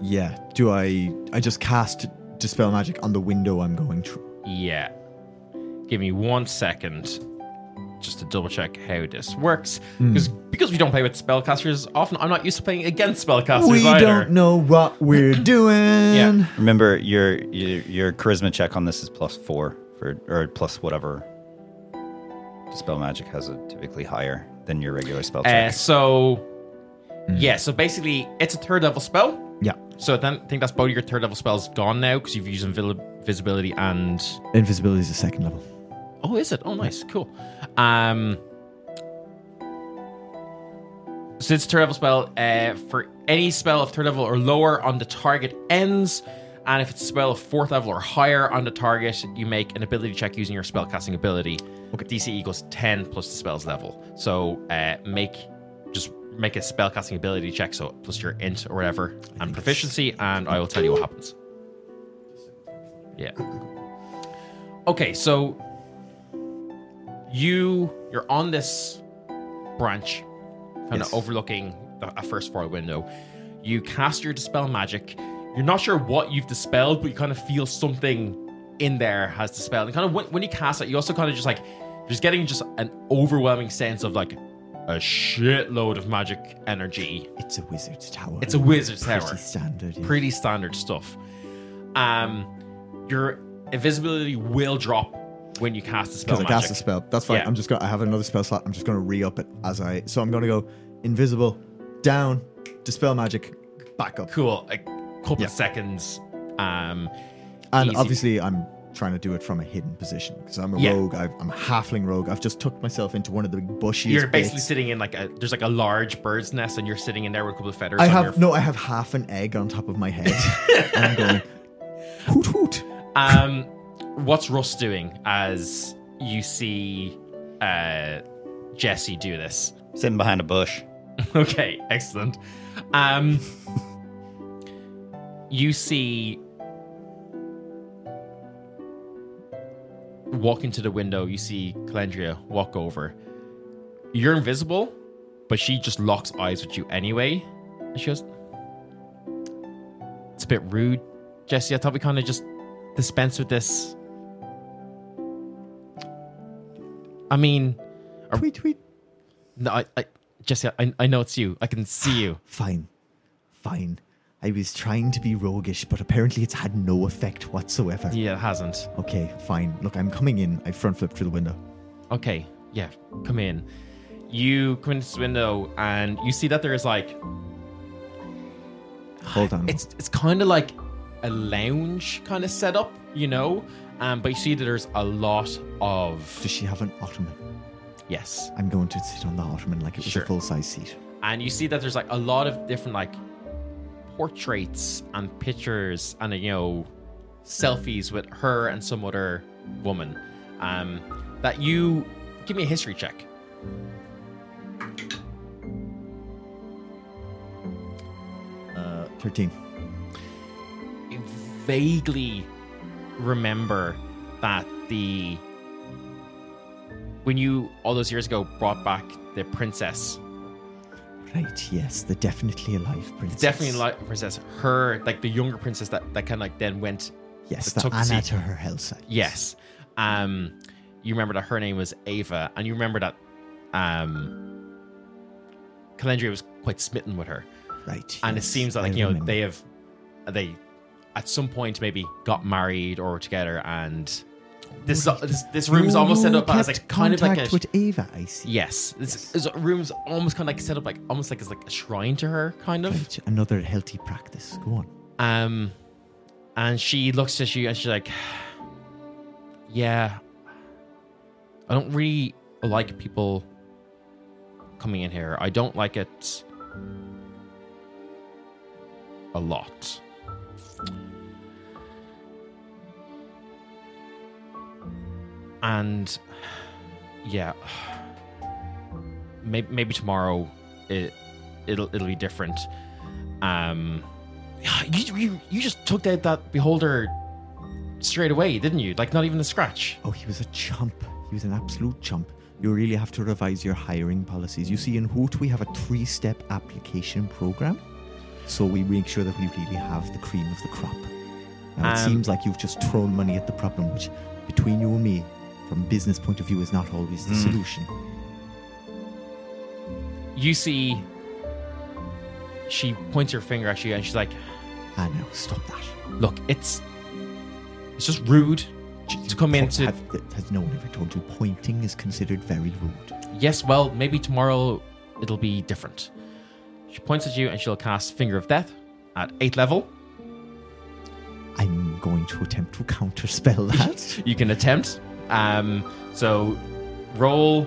C: yeah, do I? I just cast dispel magic on the window I'm going through.
A: Yeah. Yeah. Give me one second. just to double check how this works.
C: Hmm.
A: Because because we don't play with spellcasters often, I'm not used to playing against spellcasters
C: we
A: either.
C: don't know what we're doing. yeah.
G: Remember, your, your your charisma check on this is plus four for or plus whatever. Spell magic has a typically higher than your regular spell
A: Uh,
G: check.
A: so,
C: Hmm.
A: yeah, so basically, it's a third level spell. So then I think that's both your third level spells gone now because you've used invisibility and.
C: Invisibility is a second level.
A: Oh, is it? Oh, nice. Cool. Um, so it's a third level spell. Uh, for any spell of third level or lower on the target ends. And if it's a spell of fourth level or higher on the target, you make an ability check using your spellcasting ability. Okay. DC equals 10 plus the spell's level. So uh, make just make a spellcasting ability check, so plus your int or whatever, and proficiency, and I will tell you what happens. Yeah. Okay, so you you're on this branch kind of overlooking a a first floor window you cast your dispel magic you're not sure what you've dispelled but you kind of feel something in there has dispelled and kind of when, when you cast it you also kind of just like you're just getting just an overwhelming sense of like a shitload of magic energy
C: It's a wizard's tower.
A: it's a wizard's
C: Pretty
A: tower
C: standard. yeah.
A: pretty standard stuff. Um, your invisibility will drop when you cast a spell.
C: Because I
A: magic.
C: cast a spell. That's fine.
A: Yeah.
C: I'm just gonna. I have another spell slot. I'm just gonna re up it as I. So I'm gonna go invisible, down, dispel magic, back up,
A: Cool. A couple
C: Yeah.
A: of seconds. Um,
C: and
A: easy.
C: obviously I'm trying to do it from a hidden position because I'm a
A: Yeah.
C: rogue. I've, I'm a halfling rogue. I've just tucked myself into one of the bushiest.
A: you're basically
C: bits.
A: sitting in like a there's like a large bird's nest, and you're sitting in there with a couple of feathers.
C: I
A: on
C: have
A: your,
C: no. I have half an egg on top of my head. and I'm going hoot hoot.
A: um, what's Russ doing as you see uh, Jesse do this?
E: Uh,
G: Sitting behind a bush.
A: okay, excellent. Um, you see, walk into the window. You see Calendria walk over. You're invisible, but she just locks eyes with you anyway. And she goes, "It's a bit rude, Jesse. I thought we kind of just dispense with this." I mean,
C: Tweet tweet.
A: no, I, I Jesse, I, I know it's you. I can see you.
C: Fine, fine. I was trying to be roguish, but apparently it's had no effect whatsoever.
A: Yeah, it hasn't.
C: Okay, fine. Look, I'm coming in. I front flip through the window.
A: Okay, yeah, come in. You come into this window and you see that there is like
C: Hold on.
A: it's it's kind of like a lounge kind of setup, you know. Um, but you see that there's a lot of
C: Does she have an ottoman?
A: yes,
C: I'm going to sit on the ottoman like it was
A: Sure.
C: a full size seat.
A: and you see that there's like a lot of different like portraits and pictures and you know selfies with her and some other woman. Um, that you give me a history check.
C: Uh, 13.
A: you vaguely remember that the when you all those years ago brought back the princess
C: Right, yes, they're definitely alive, princess.
A: definitely like princess her like the younger princess that that kind of like then went
C: Yes,
A: that
C: the
A: took the
C: Anna
A: seat.
C: to her house.
A: yes um you remember that her name was ava and you remember that um calendria was quite smitten with her
C: Right.
A: and it
C: yes,
A: seems that
C: I
A: like you know
C: remember.
A: they have they at some point maybe got married or were together and this is, this, this room is
C: You-
A: almost set
C: you
A: up as
C: kept
A: like kind of like a
C: contact with Ava, I see.
A: yes this this room's almost kind of like set up like almost like it's like a shrine to her kind of
C: Right, another healthy practice. Go on.
A: um and she looks at you and she's like yeah i don't really like people coming in here i don't like it a lot and yeah maybe, maybe tomorrow it it'll it'll be different um you, you you just took that that beholder straight away didn't you like not even a scratch
C: Oh, he was a chump. He was an absolute chump. You really have to revise your hiring policies. You see, in Hoot, we have a three step application program. So we make sure that we really have the cream of the crop. Now, it
A: Um,
C: seems like you've just thrown money at the problem, which, between you and me, from business point of view is not always
A: Hmm.
C: the solution.
A: You see, she points her finger at you and she's like,
C: Ah, no, stop that.
A: "Look, it's it's just rude to come in to
C: Have, th- has no one ever told you pointing is considered very rude?
A: Yes, well, maybe tomorrow it'll be different. She points at you and she'll cast Finger of Death at 8th level.
C: I'm going to attempt to counterspell that.
A: You can attempt. Um, so roll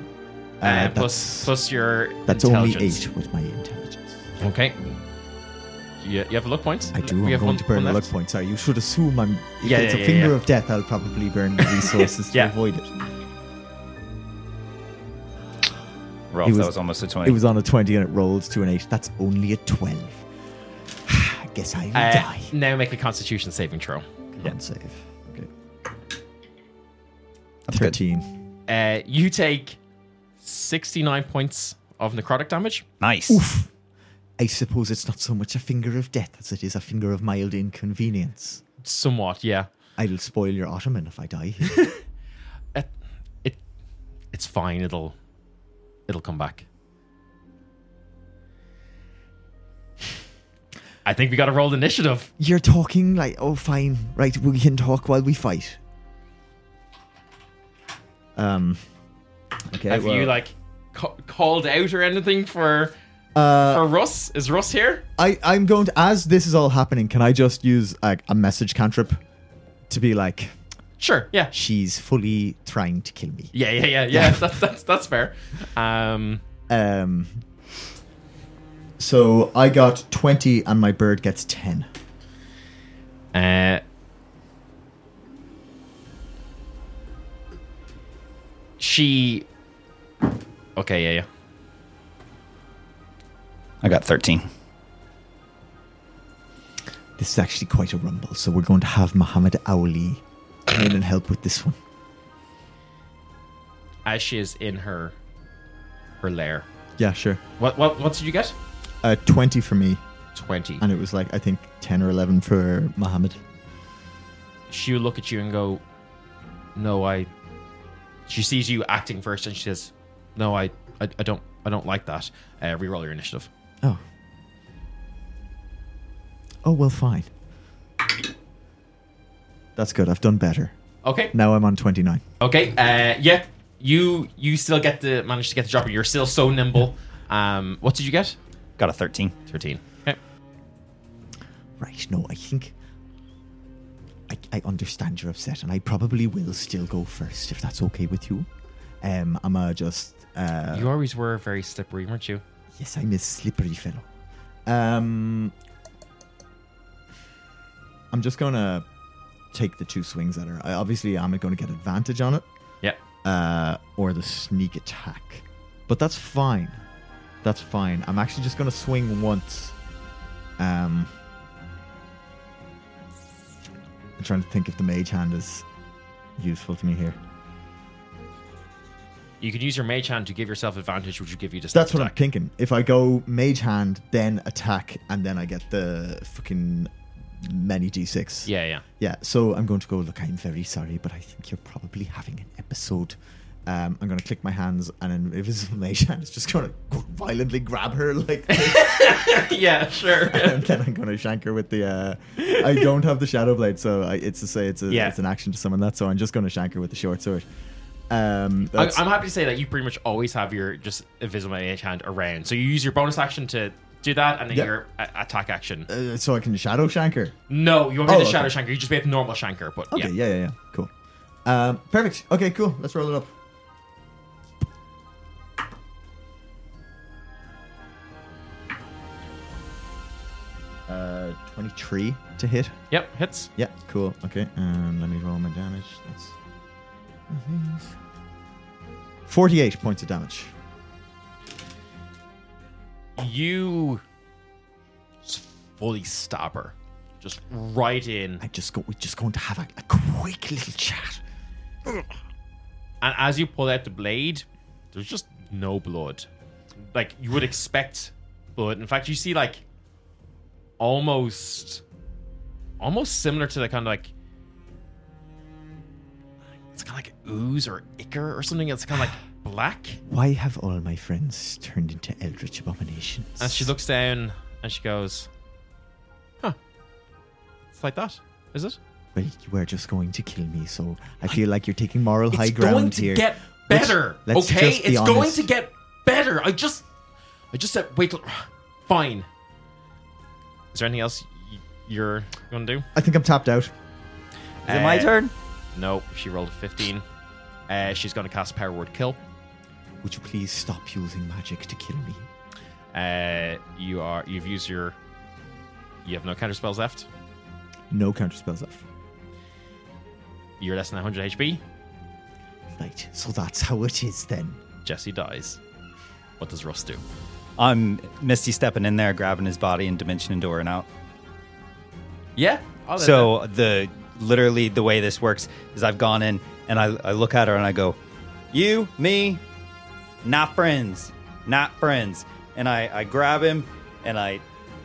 A: uh,
C: Uh,
A: plus
C: that's-
A: plus your
C: That's only
A: intelligence.
C: eight with my intelligence.
A: Okay. You, you have a look point?
C: I do.
A: We
C: I'm
A: have
C: going
A: one-
C: to burn
A: one
C: a luck
A: left?
C: point. Sorry, you should assume I'm. If
A: Yeah,
C: it's
A: yeah,
C: a
A: yeah,
C: finger
A: yeah.
C: of death, I'll probably burn the resources
A: Yeah.
C: to avoid it.
G: Ralph,
C: It was-
G: that was almost a 20.
C: It was on a 20 and it rolls to an 8. That's only a 12. I guess I will
A: Uh,
C: die.
A: now make a constitution saving throw.
C: Can't save. Okay.
G: good.
C: 13.
A: Uh, you take 69 points of necrotic damage.
G: nice.
C: I suppose it's not so much a finger of death as it is a finger of mild inconvenience.
A: Somewhat, yeah.
C: I'll spoil your ottoman if I die.
A: It it's fine, it'll it'll come back. I think we gotta roll initiative.
C: You're talking like, oh, fine, right, we can talk while we fight. Um. Okay.
A: Have you
C: well,
A: like ca- called out or anything for
C: uh,
A: for Russ? Is Russ here?
C: I, I'm going to, as this is all happening, can I just use like a message cantrip to be like,
A: Sure. Yeah.
C: she's fully trying to kill me?
A: Yeah. Yeah. Yeah. Yeah. that's that's that's fair. Um.
C: Um, so I got 20 and my bird gets 10.
A: Uh. She. Okay. Yeah. Yeah.
G: I got 13.
C: This is actually quite a rumble, so we're going to have Muhammad Auli come in and help with this one.
A: As she is in her her lair.
C: Yeah, sure.
A: What what what did you get?
C: Uh, 20 for me,
A: Twenty.
C: and it was like, I think 10 or 11 for Muhammad.
A: she will look at you and go, "No, I." She sees you acting first, and she says, "No, I, I, I don't, I don't like that." Uh, reroll your initiative.
C: Oh. Oh, well, fine. That's good. I've done better.
A: Okay.
C: Now I'm on 29.
A: Okay. Uh, yeah. You you still get the manage to get the job. You're still so nimble. Um, what did you get?
G: Got a 13.
A: Thirteen. Okay.
C: Right, no, I think. I, I understand you're upset, and I probably will still go first, if that's okay with you. Um, I'm uh, just. Uh,
A: You always were very slippery, weren't you?
C: yes, I'm a slippery fellow. Um, I'm just gonna take the two swings at her. I, obviously, I'm gonna get advantage on it,
A: Yeah.
C: uh, or the sneak attack, but that's fine. That's fine. I'm actually just gonna swing once. Um, I'm trying to think if the mage hand is useful to me here.
A: You can use your mage hand to give yourself advantage, which would give you just
C: That's what I'm thinking. If I go mage hand, then attack, and then I get the fucking many d6.
A: Yeah, yeah.
C: Yeah, so I'm going to go, look, I'm very sorry, but I think you're probably having an episode. Um, I'm going to click my hands, and an invisible mage hand is just going to violently grab her, like,
A: yeah, sure.
C: and then I'm going to shank her with the. Uh, I don't have the shadow blade, so I, it's to say it's a,
A: Yeah.
C: it's an action to summon that. So I'm just going to shank her with the short sword. Um,
A: I,
C: that's-
A: I'm happy to say that you pretty much always have your just invisible mage hand around. So you use your bonus action to do that, and then
C: Yeah.
A: your a- attack action.
C: uh, so I can shadow shank her.
A: No, you won't be
C: Oh,
A: the
C: okay.
A: shadow shanker. You just be the normal shanker. But
C: Okay,
A: yeah,
C: yeah, yeah, yeah, cool. Um, perfect. Okay, cool. Let's roll it up. Uh, 23 to hit.
A: yep, hits.
C: Yeah, cool. Okay, and let me roll my damage. That's 48 points of damage.
A: You just fully stab her, just right in.
C: I just go. We're just going to have a, a quick little chat.
A: And as you pull out the blade, there's just no blood. Like you would expect blood. In fact, you see like almost almost similar to the kind of like It's kind of like ooze or ichor or something. It's kind of like black.
C: Why have all my friends turned into eldritch abominations?
A: And she looks down and she goes, "Huh? It's like that, is it?
C: Well, you were just going to kill me, so I feel like you're taking moral high
A: it's
C: ground
A: going to
C: here.
A: get better.
C: let's
A: okay,
C: just be
A: it's going
C: honest.
A: to get better. I just, I just said wait. Till, fine. Is there anything else y- you're gonna do?
C: I think I'm tapped out.
H: Is it my
A: Uh,
H: turn?
A: Nope. She rolled a 15. Uh, she's gonna cast Power Word Kill.
C: Would you please stop using magic to kill me?
A: Uh, you are you've used your. You have no counter spells left.
C: No counter spells left.
A: You're less than 100 HP.
C: Right. So that's how it is then.
A: Jesse dies. What does Russ do?
B: I'm Misty stepping in there, grabbing his body and dimensioning door and out.
A: Yeah. I'll let that-
B: So the literally the way this works is I've gone in and I, I look at her and I go, "You, me, not friends, not friends." And I, I grab him and I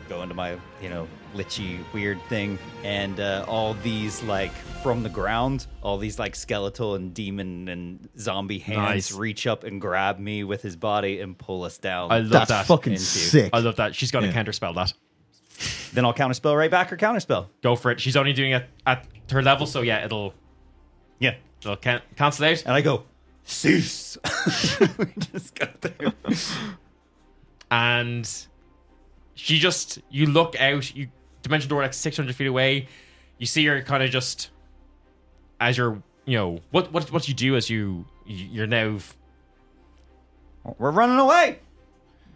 B: go into my you know litchy weird thing and uh, all these like from the ground, all these like skeletal and demon and zombie hands
A: Nice.
B: reach up and grab me with his body and pull us down.
A: I love
C: That's
A: that.
C: fucking
B: into-
C: sick.
A: I love that. She's gonna
C: Yeah.
A: counter counterspell that.
B: then I'll counterspell right back or counterspell.
A: Go for it. She's only doing it at her level, so yeah, it'll
B: Yeah,
A: it'll can- cancel out.
B: and I go. Cease. we just got there.
A: and she just you look out you dimension door like 600 feet away you see her kind of just as you're you know what what what you do as you you're now
B: We're running away,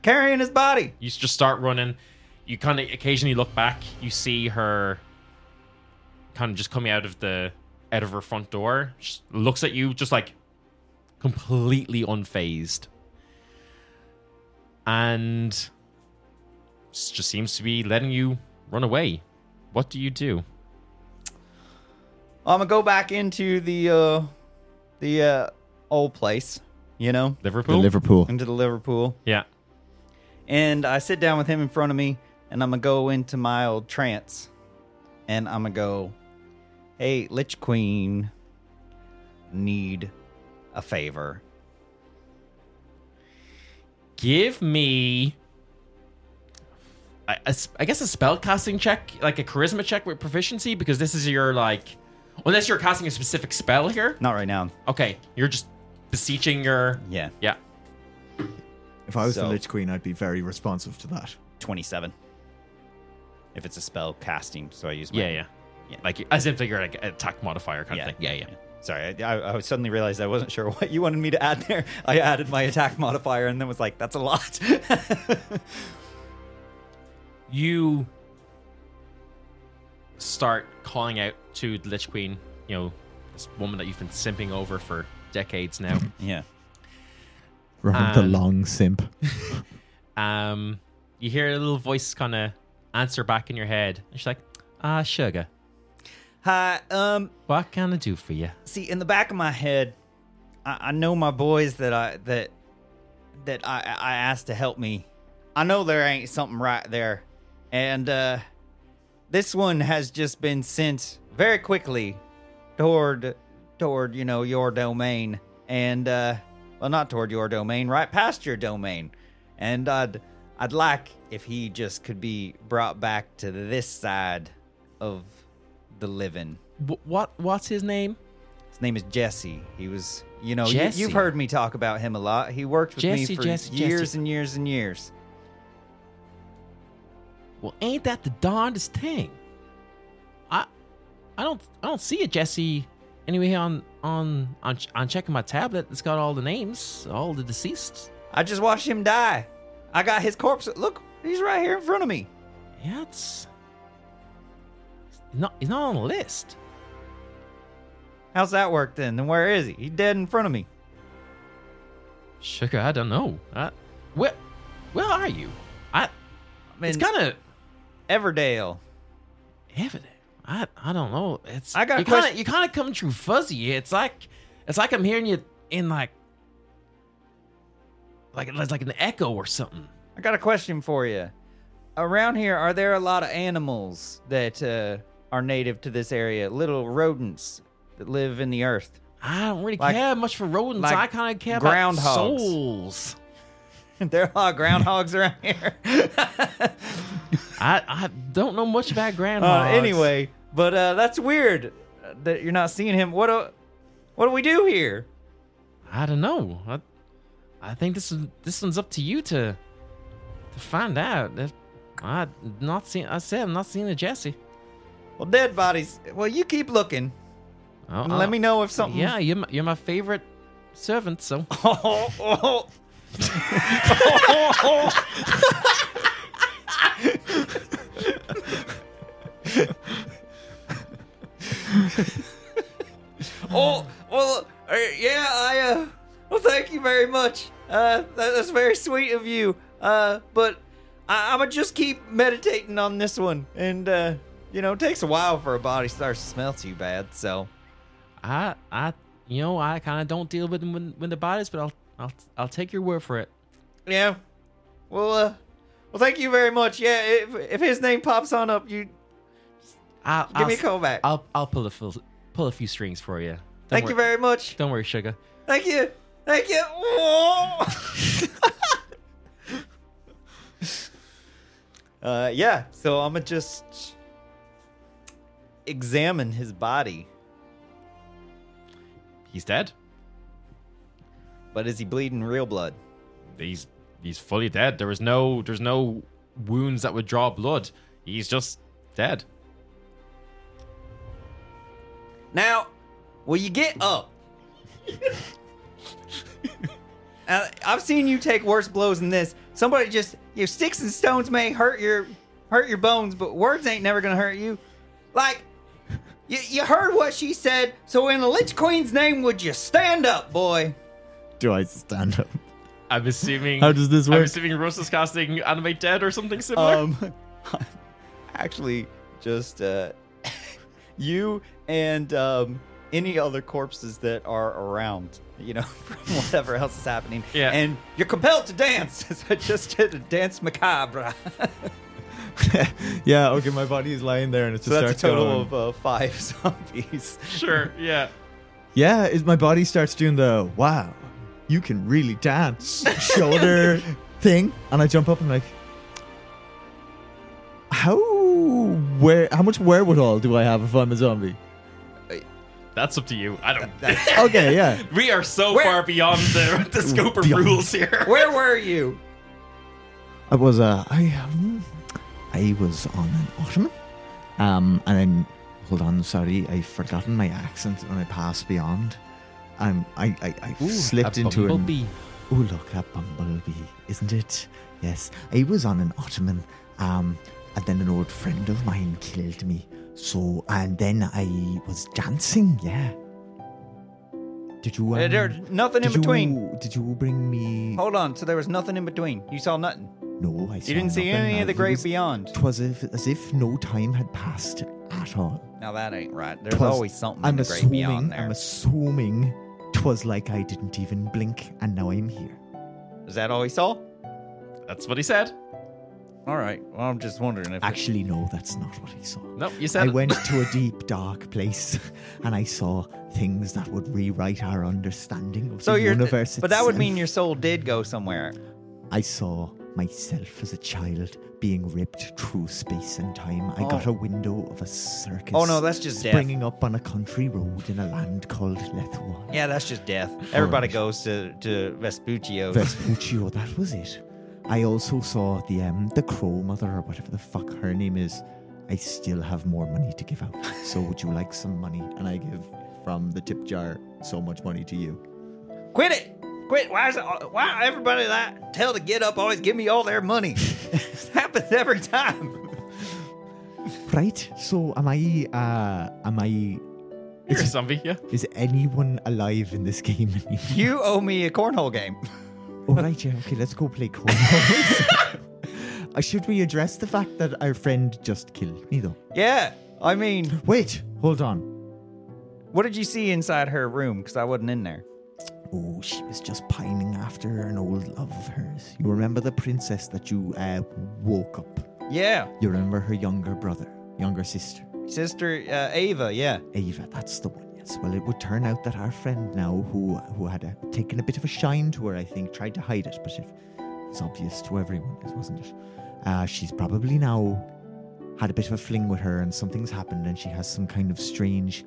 B: carrying his body.
A: you just start running you kind of occasionally look back you see her kind of just coming out of the out of her front door she looks at you just like completely unfazed and s- just seems to be letting you run away what do you do
B: I'm gonna go back into the uh, the uh, old place, you know,
A: liverpool
C: Liverpool.
B: into the Liverpool,
A: yeah
B: and I sit down with him in front of me, and I'm gonna go into my old trance, and I'm gonna go, "Hey, Lich Queen, need a favor."
A: give me I a s- I guess a spell casting check like a charisma check with proficiency because this is your like unless you're casting a specific spell here
B: Not right now.
A: okay you're just beseeching your
B: Yeah,
A: yeah
C: If I was the
B: So-
C: Lich Queen, I'd be very responsive to that.
B: twenty-seven. If it's a spell casting, so I use my
A: yeah yeah
B: Yeah.
A: like as if you're like attack modifier kind of thing yeah yeah
B: Sorry, I, I, I suddenly realized I wasn't sure what you wanted me to add there. I added my attack modifier and then was like, that's a lot.
A: you start calling out to the Lich Queen you know this woman that you've been simping over for decades now
B: yeah.
C: Ron the
A: And-
C: long simp.
A: um, you hear a little voice kind of answer back in your head. And she's like, ah, sugar,
B: Hi, um,
A: what can I do for you?
B: see, in the back of my head, I, I know my boys that I, that, that I, I asked to help me. I know there ain't something right there. And, uh, this one has just been sent very quickly toward, toward, you know, your domain. And, uh, well, not toward your domain, right past your domain. And I'd, I'd like if he just could be brought back to this side of the living.
A: Wh- what? What's his name?
B: His name is Jesse. He was, you know, you,
A: Jesse.
B: you've heard me talk about him a lot. He worked with
A: Jesse,
B: me for
A: Jesse,
B: years
A: Jesse.
B: and years and years.
A: Well, ain't that the darndest thing? I, I don't, I don't see it, Jesse. Anyway, on on on on checking my tablet, it's got all the names, all the deceased.
B: I just watched him die. I got his corpse. Look, he's right here in front of me.
A: Yeah, it's, it's not, it's not on the list.
B: How's that work then? Then where is he? He's dead in front of me.
A: Sugar, I don't know. I, where, where are you? I,
B: mean-
A: it's kind of
B: Everdale.
A: evident. I I don't know. It's
B: I got a
A: you kind of
B: question-
A: you kind of come through fuzzy. It's like it's like I'm hearing you in like like it's like an echo or something.
B: I got a question for you. Around here, are there a lot of animals that uh, are native to this area? Little rodents that live in the earth.
A: I don't really
B: Like-
A: care much for rodents.
B: like
A: I kind of care
B: groundhogs.
A: about souls.
B: there are a lot of groundhogs around here.
A: I, I don't know much about
B: Uh,
A: groundhogs.
B: anyway, but uh, that's weird uh, that you're not seeing him. What do, what do we do here?
A: I don't know. I, I think this is- this one's up to you to to find out. If- I not seen. I said I'm not seeing a Jesse.
B: Well, dead bodies. Well, you keep looking.
A: I-
B: And
A: I-
B: let me know if something.
A: Uh, Yeah, you're my, you're my favorite servant. So
B: Oh, oh. oh, well, uh, yeah, I, uh, well, thank you very much. Uh, that, that's very sweet of you. Uh, but I, I'm gonna just keep meditating on this one. And, uh, you know, it takes a while for a body starts to smell too bad, so.
A: I I you know I kind of don't deal with them when, when the bodies, but I'll I'll I'll take your word for it.
B: Yeah. Well, uh, well, thank you very much. Yeah, if, if his name pops on up, you
A: I,
B: give me a call back.
A: I'll I'll pull a few, pull a few strings for you. Don't
B: thank
A: worry,
B: you very much.
A: Don't worry, sugar.
B: Thank you. Thank you. uh, yeah. So I'm gonna just examine his body.
A: He's dead.
B: But is he bleeding real blood?
A: He's he's fully dead. There was no there's no wounds that would draw blood. He's just dead.
B: Now, will you get up? Uh, I've seen you take worse blows than this. Somebody just your sticks and stones may hurt your hurt your bones, but words ain't never gonna hurt you. Like you, you heard what she said, so in the Lich Queen's name, would you stand up, boy?
C: Do I stand up?
A: I'm assuming.
C: How does this
A: I'm
C: work?
A: assuming Russ is casting animate dead or something similar.
C: Um,
B: Actually, just uh, you and um, any other corpses that are around, you know, from whatever else is happening.
A: Yeah.
B: And you're compelled to dance. so just did a dance macabre.
C: yeah, okay, my body is lying there and it just
B: So that's a
C: starts
B: total
C: going-
B: of uh, five zombies.
A: sure. Yeah.
C: Yeah, it, my body starts doing the wow, you can really dance shoulder thing, and I jump up and like, how where how much wherewithal do I have if I'm a zombie?
A: That's up to you. I don't.
C: Okay, yeah,
A: we are so
B: Where-
A: far beyond the, the scope of
C: Beyond.
A: rules here.
B: Where were you?
C: I was uh, I um, I was on an ottoman, um, and then hold on, sorry, I've forgotten my accent when I passed beyond. Um, I I, I slipped into an Oh, look, a bumblebee, isn't it? Yes, I was on an ottoman, um, and then an old friend of mine killed me. So, and then I was dancing, yeah. Did you, um,
B: Uh, There's nothing in
C: did you-
B: between.
C: did you bring me...
B: Hold on. So there was nothing in between. You saw nothing.
C: No, I saw
B: You didn't see
C: nothing.
B: any
C: I-
B: of the
C: it
B: great
C: was-
B: beyond.
C: 'twas if, as if no time had passed at all.
B: Now that ain't right. There's
C: 'Twas-
B: always something in
C: I'm
B: the great
C: assuming,
B: beyond
C: I'm
B: there.
C: assuming, 'twas like I didn't even blink, and now I'm here.
B: Is that all he saw?
A: That's what he said.
B: All right. Well, I'm just wondering if
C: Actually, no, that's not what I saw.
A: No, you said
C: I
A: it.
C: went to a deep, dark place, and I saw things that would rewrite our understanding of
B: so
C: the
B: you're,
C: universe.
B: but that would
C: itself.
B: mean your soul did go somewhere.
C: I saw myself as a child being ripped through space and time. I got
B: Oh.
C: a window of a circus.
B: Oh no, that's just death.
C: springing up on a country road in a land called Lethwan.
B: Yeah, that's just death. Everybody
C: Alright.
B: goes to to Vespuccio's.
C: Vespuccio, that was it. I also saw the um, the crow mother or whatever the fuck her name is. I still have more money to give out, so would you like some money? And I give from the tip jar so much money to you.
B: Quit it! Quit! Why is it, why everybody that I tell to get up always give me all their money? it happens every time.
C: Right. So am I? Uh, am I?
A: You're a zombie. Yeah.
C: Is anyone alive in this game? anymore?
B: You owe me a cornhole game.
C: oh right, yeah. Okay, let's go play cornhole. Uh, Should we address the fact that our friend just killed me though?
B: Yeah, I mean,
C: Wait, hold on.
B: what did you see inside her room? Because I wasn't in there.
C: Oh, she was just pining after an old love of hers. You remember the princess that you uh, woke up?
B: Yeah,
C: You remember her younger brother, younger sister,
B: sister uh, Ava. Yeah,
C: Ava. That's the one. Yeah. Yes, well, it would turn out that our friend now, who who had a, taken a bit of a shine to her, I think, tried to hide it, but it was obvious to everyone, wasn't it? Uh, she's probably now had a bit of a fling with her, and something's happened, and she has some kind of strange,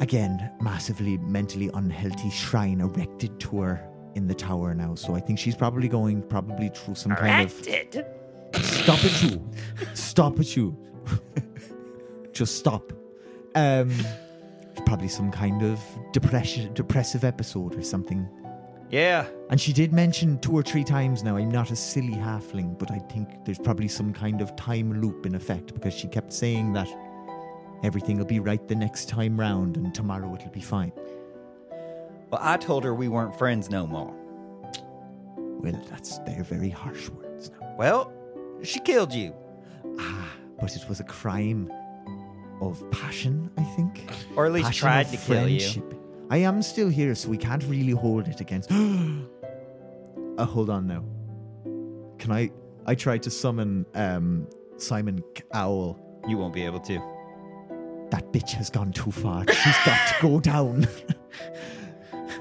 C: again, massively mentally unhealthy shrine erected to her in the tower now. So I think she's probably going probably through some kind of
D: Acted.
C: stop at you. Stop at you. Just stop. Um, probably some kind of depression, depressive episode or something.
B: Yeah.
C: And she did mention two or three times now, I'm not a silly halfling, but I think there's probably some kind of time loop in effect because she kept saying that everything will be right the next time round and tomorrow it'll be fine.
B: Well, I told her we weren't friends no more.
C: Well, that's their very harsh words now.
B: Well, she killed you.
C: Ah, but it was a crime of passion, I think.
B: Or at least
C: Passion
B: tried
C: of
B: to kill you.
C: friendship. I am still here, so we can't really hold it against. uh, hold on now. Can I? I tried to summon um, Simon C- Owl.
B: You won't be able to.
C: That bitch has gone too far. She's got to go down.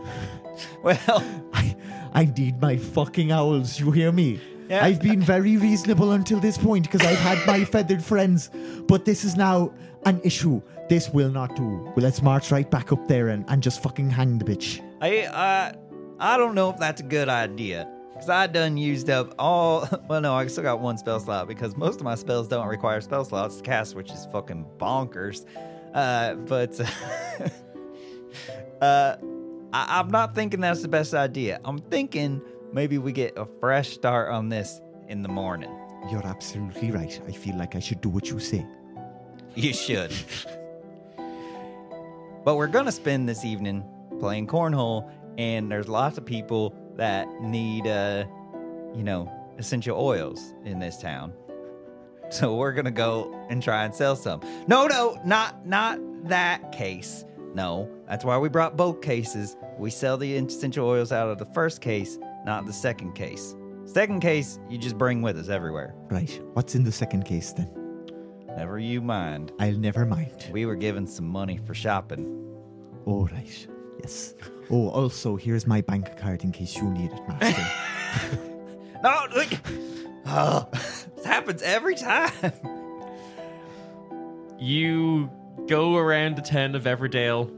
B: Well,
C: I, I need my fucking owls. You hear me?
B: Yeah.
C: I've been very reasonable until this point because I've had my feathered friends, but this is now an issue. This will not do. Well, let's march right back up there and, and just fucking hang the bitch.
B: I uh, I don't know if that's a good idea because I done used up all. Well, no, I still got one spell slot because most of my spells don't require spell slots to cast, which is fucking bonkers. Uh, but uh, I, I'm not thinking that's the best idea. I'm thinking maybe we get a fresh start on this in the morning.
C: You're absolutely right. I feel like I should do what you say.
B: You should. but we're going to spend this evening playing cornhole, and there's lots of people that need, uh, you know, essential oils in this town. So we're going to go and try and sell some. No, no, not not that case. No, that's why we brought both cases. We sell the essential oils out of the first case, not the second case. Second case, you just bring with us everywhere.
C: Right. What's in the second case then?
B: Never you mind.
C: I'll never mind.
B: We were given some money for shopping.
C: All right. Yes. Oh, also, here's my bank card in case you need it, Master.
B: No, look. Oh, this happens every time.
A: You go around the town of Everdale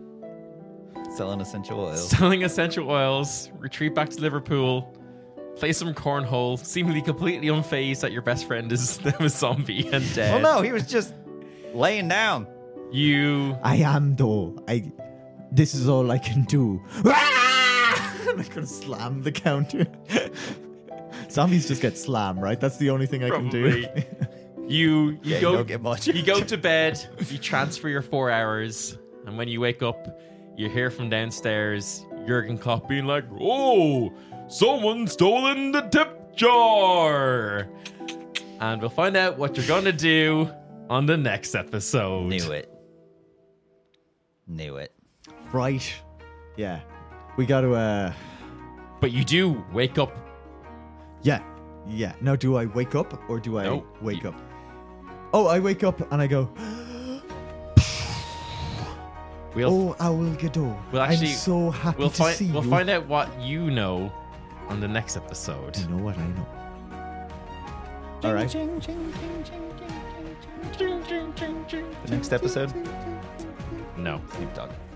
B: Selling essential oils.
A: selling essential oils, retreat back to Liverpool, play some cornhole, seemingly completely unfazed that your best friend is a zombie and
C: Oh,
B: Well,
A: dead.
B: no, he was just laying down.
A: You
C: I am though. I. This is all I can do. I'm gonna slam the counter. Zombies just get slam, right? That's the only thing I
A: probably
C: can do.
A: you you
B: Yeah, you
A: go
B: don't get much.
A: you go to bed, you transfer your four hours, and when you wake up, you hear from downstairs Jurgen Klopp being like,
I: Oh, someone's stolen the tip jar.
A: and we'll find out what you're gonna do on the next episode.
B: Knew it. Knew it.
C: right. Yeah. We gotta. uh
A: But you do wake up.
C: Yeah. Yeah. Now, do I wake up or do I
A: No,
C: wake
A: you-
C: up? Oh, I wake up and I go.
A: We'll
C: Oh, Owl Gadot.
A: We'll actually-
C: I'm so happy
A: we'll
C: to
A: find
C: see
A: we'll
C: you.
A: find out what you know on the next episode.
C: You know what I know. All right.
B: The next episode.
A: No.
B: Keep talking.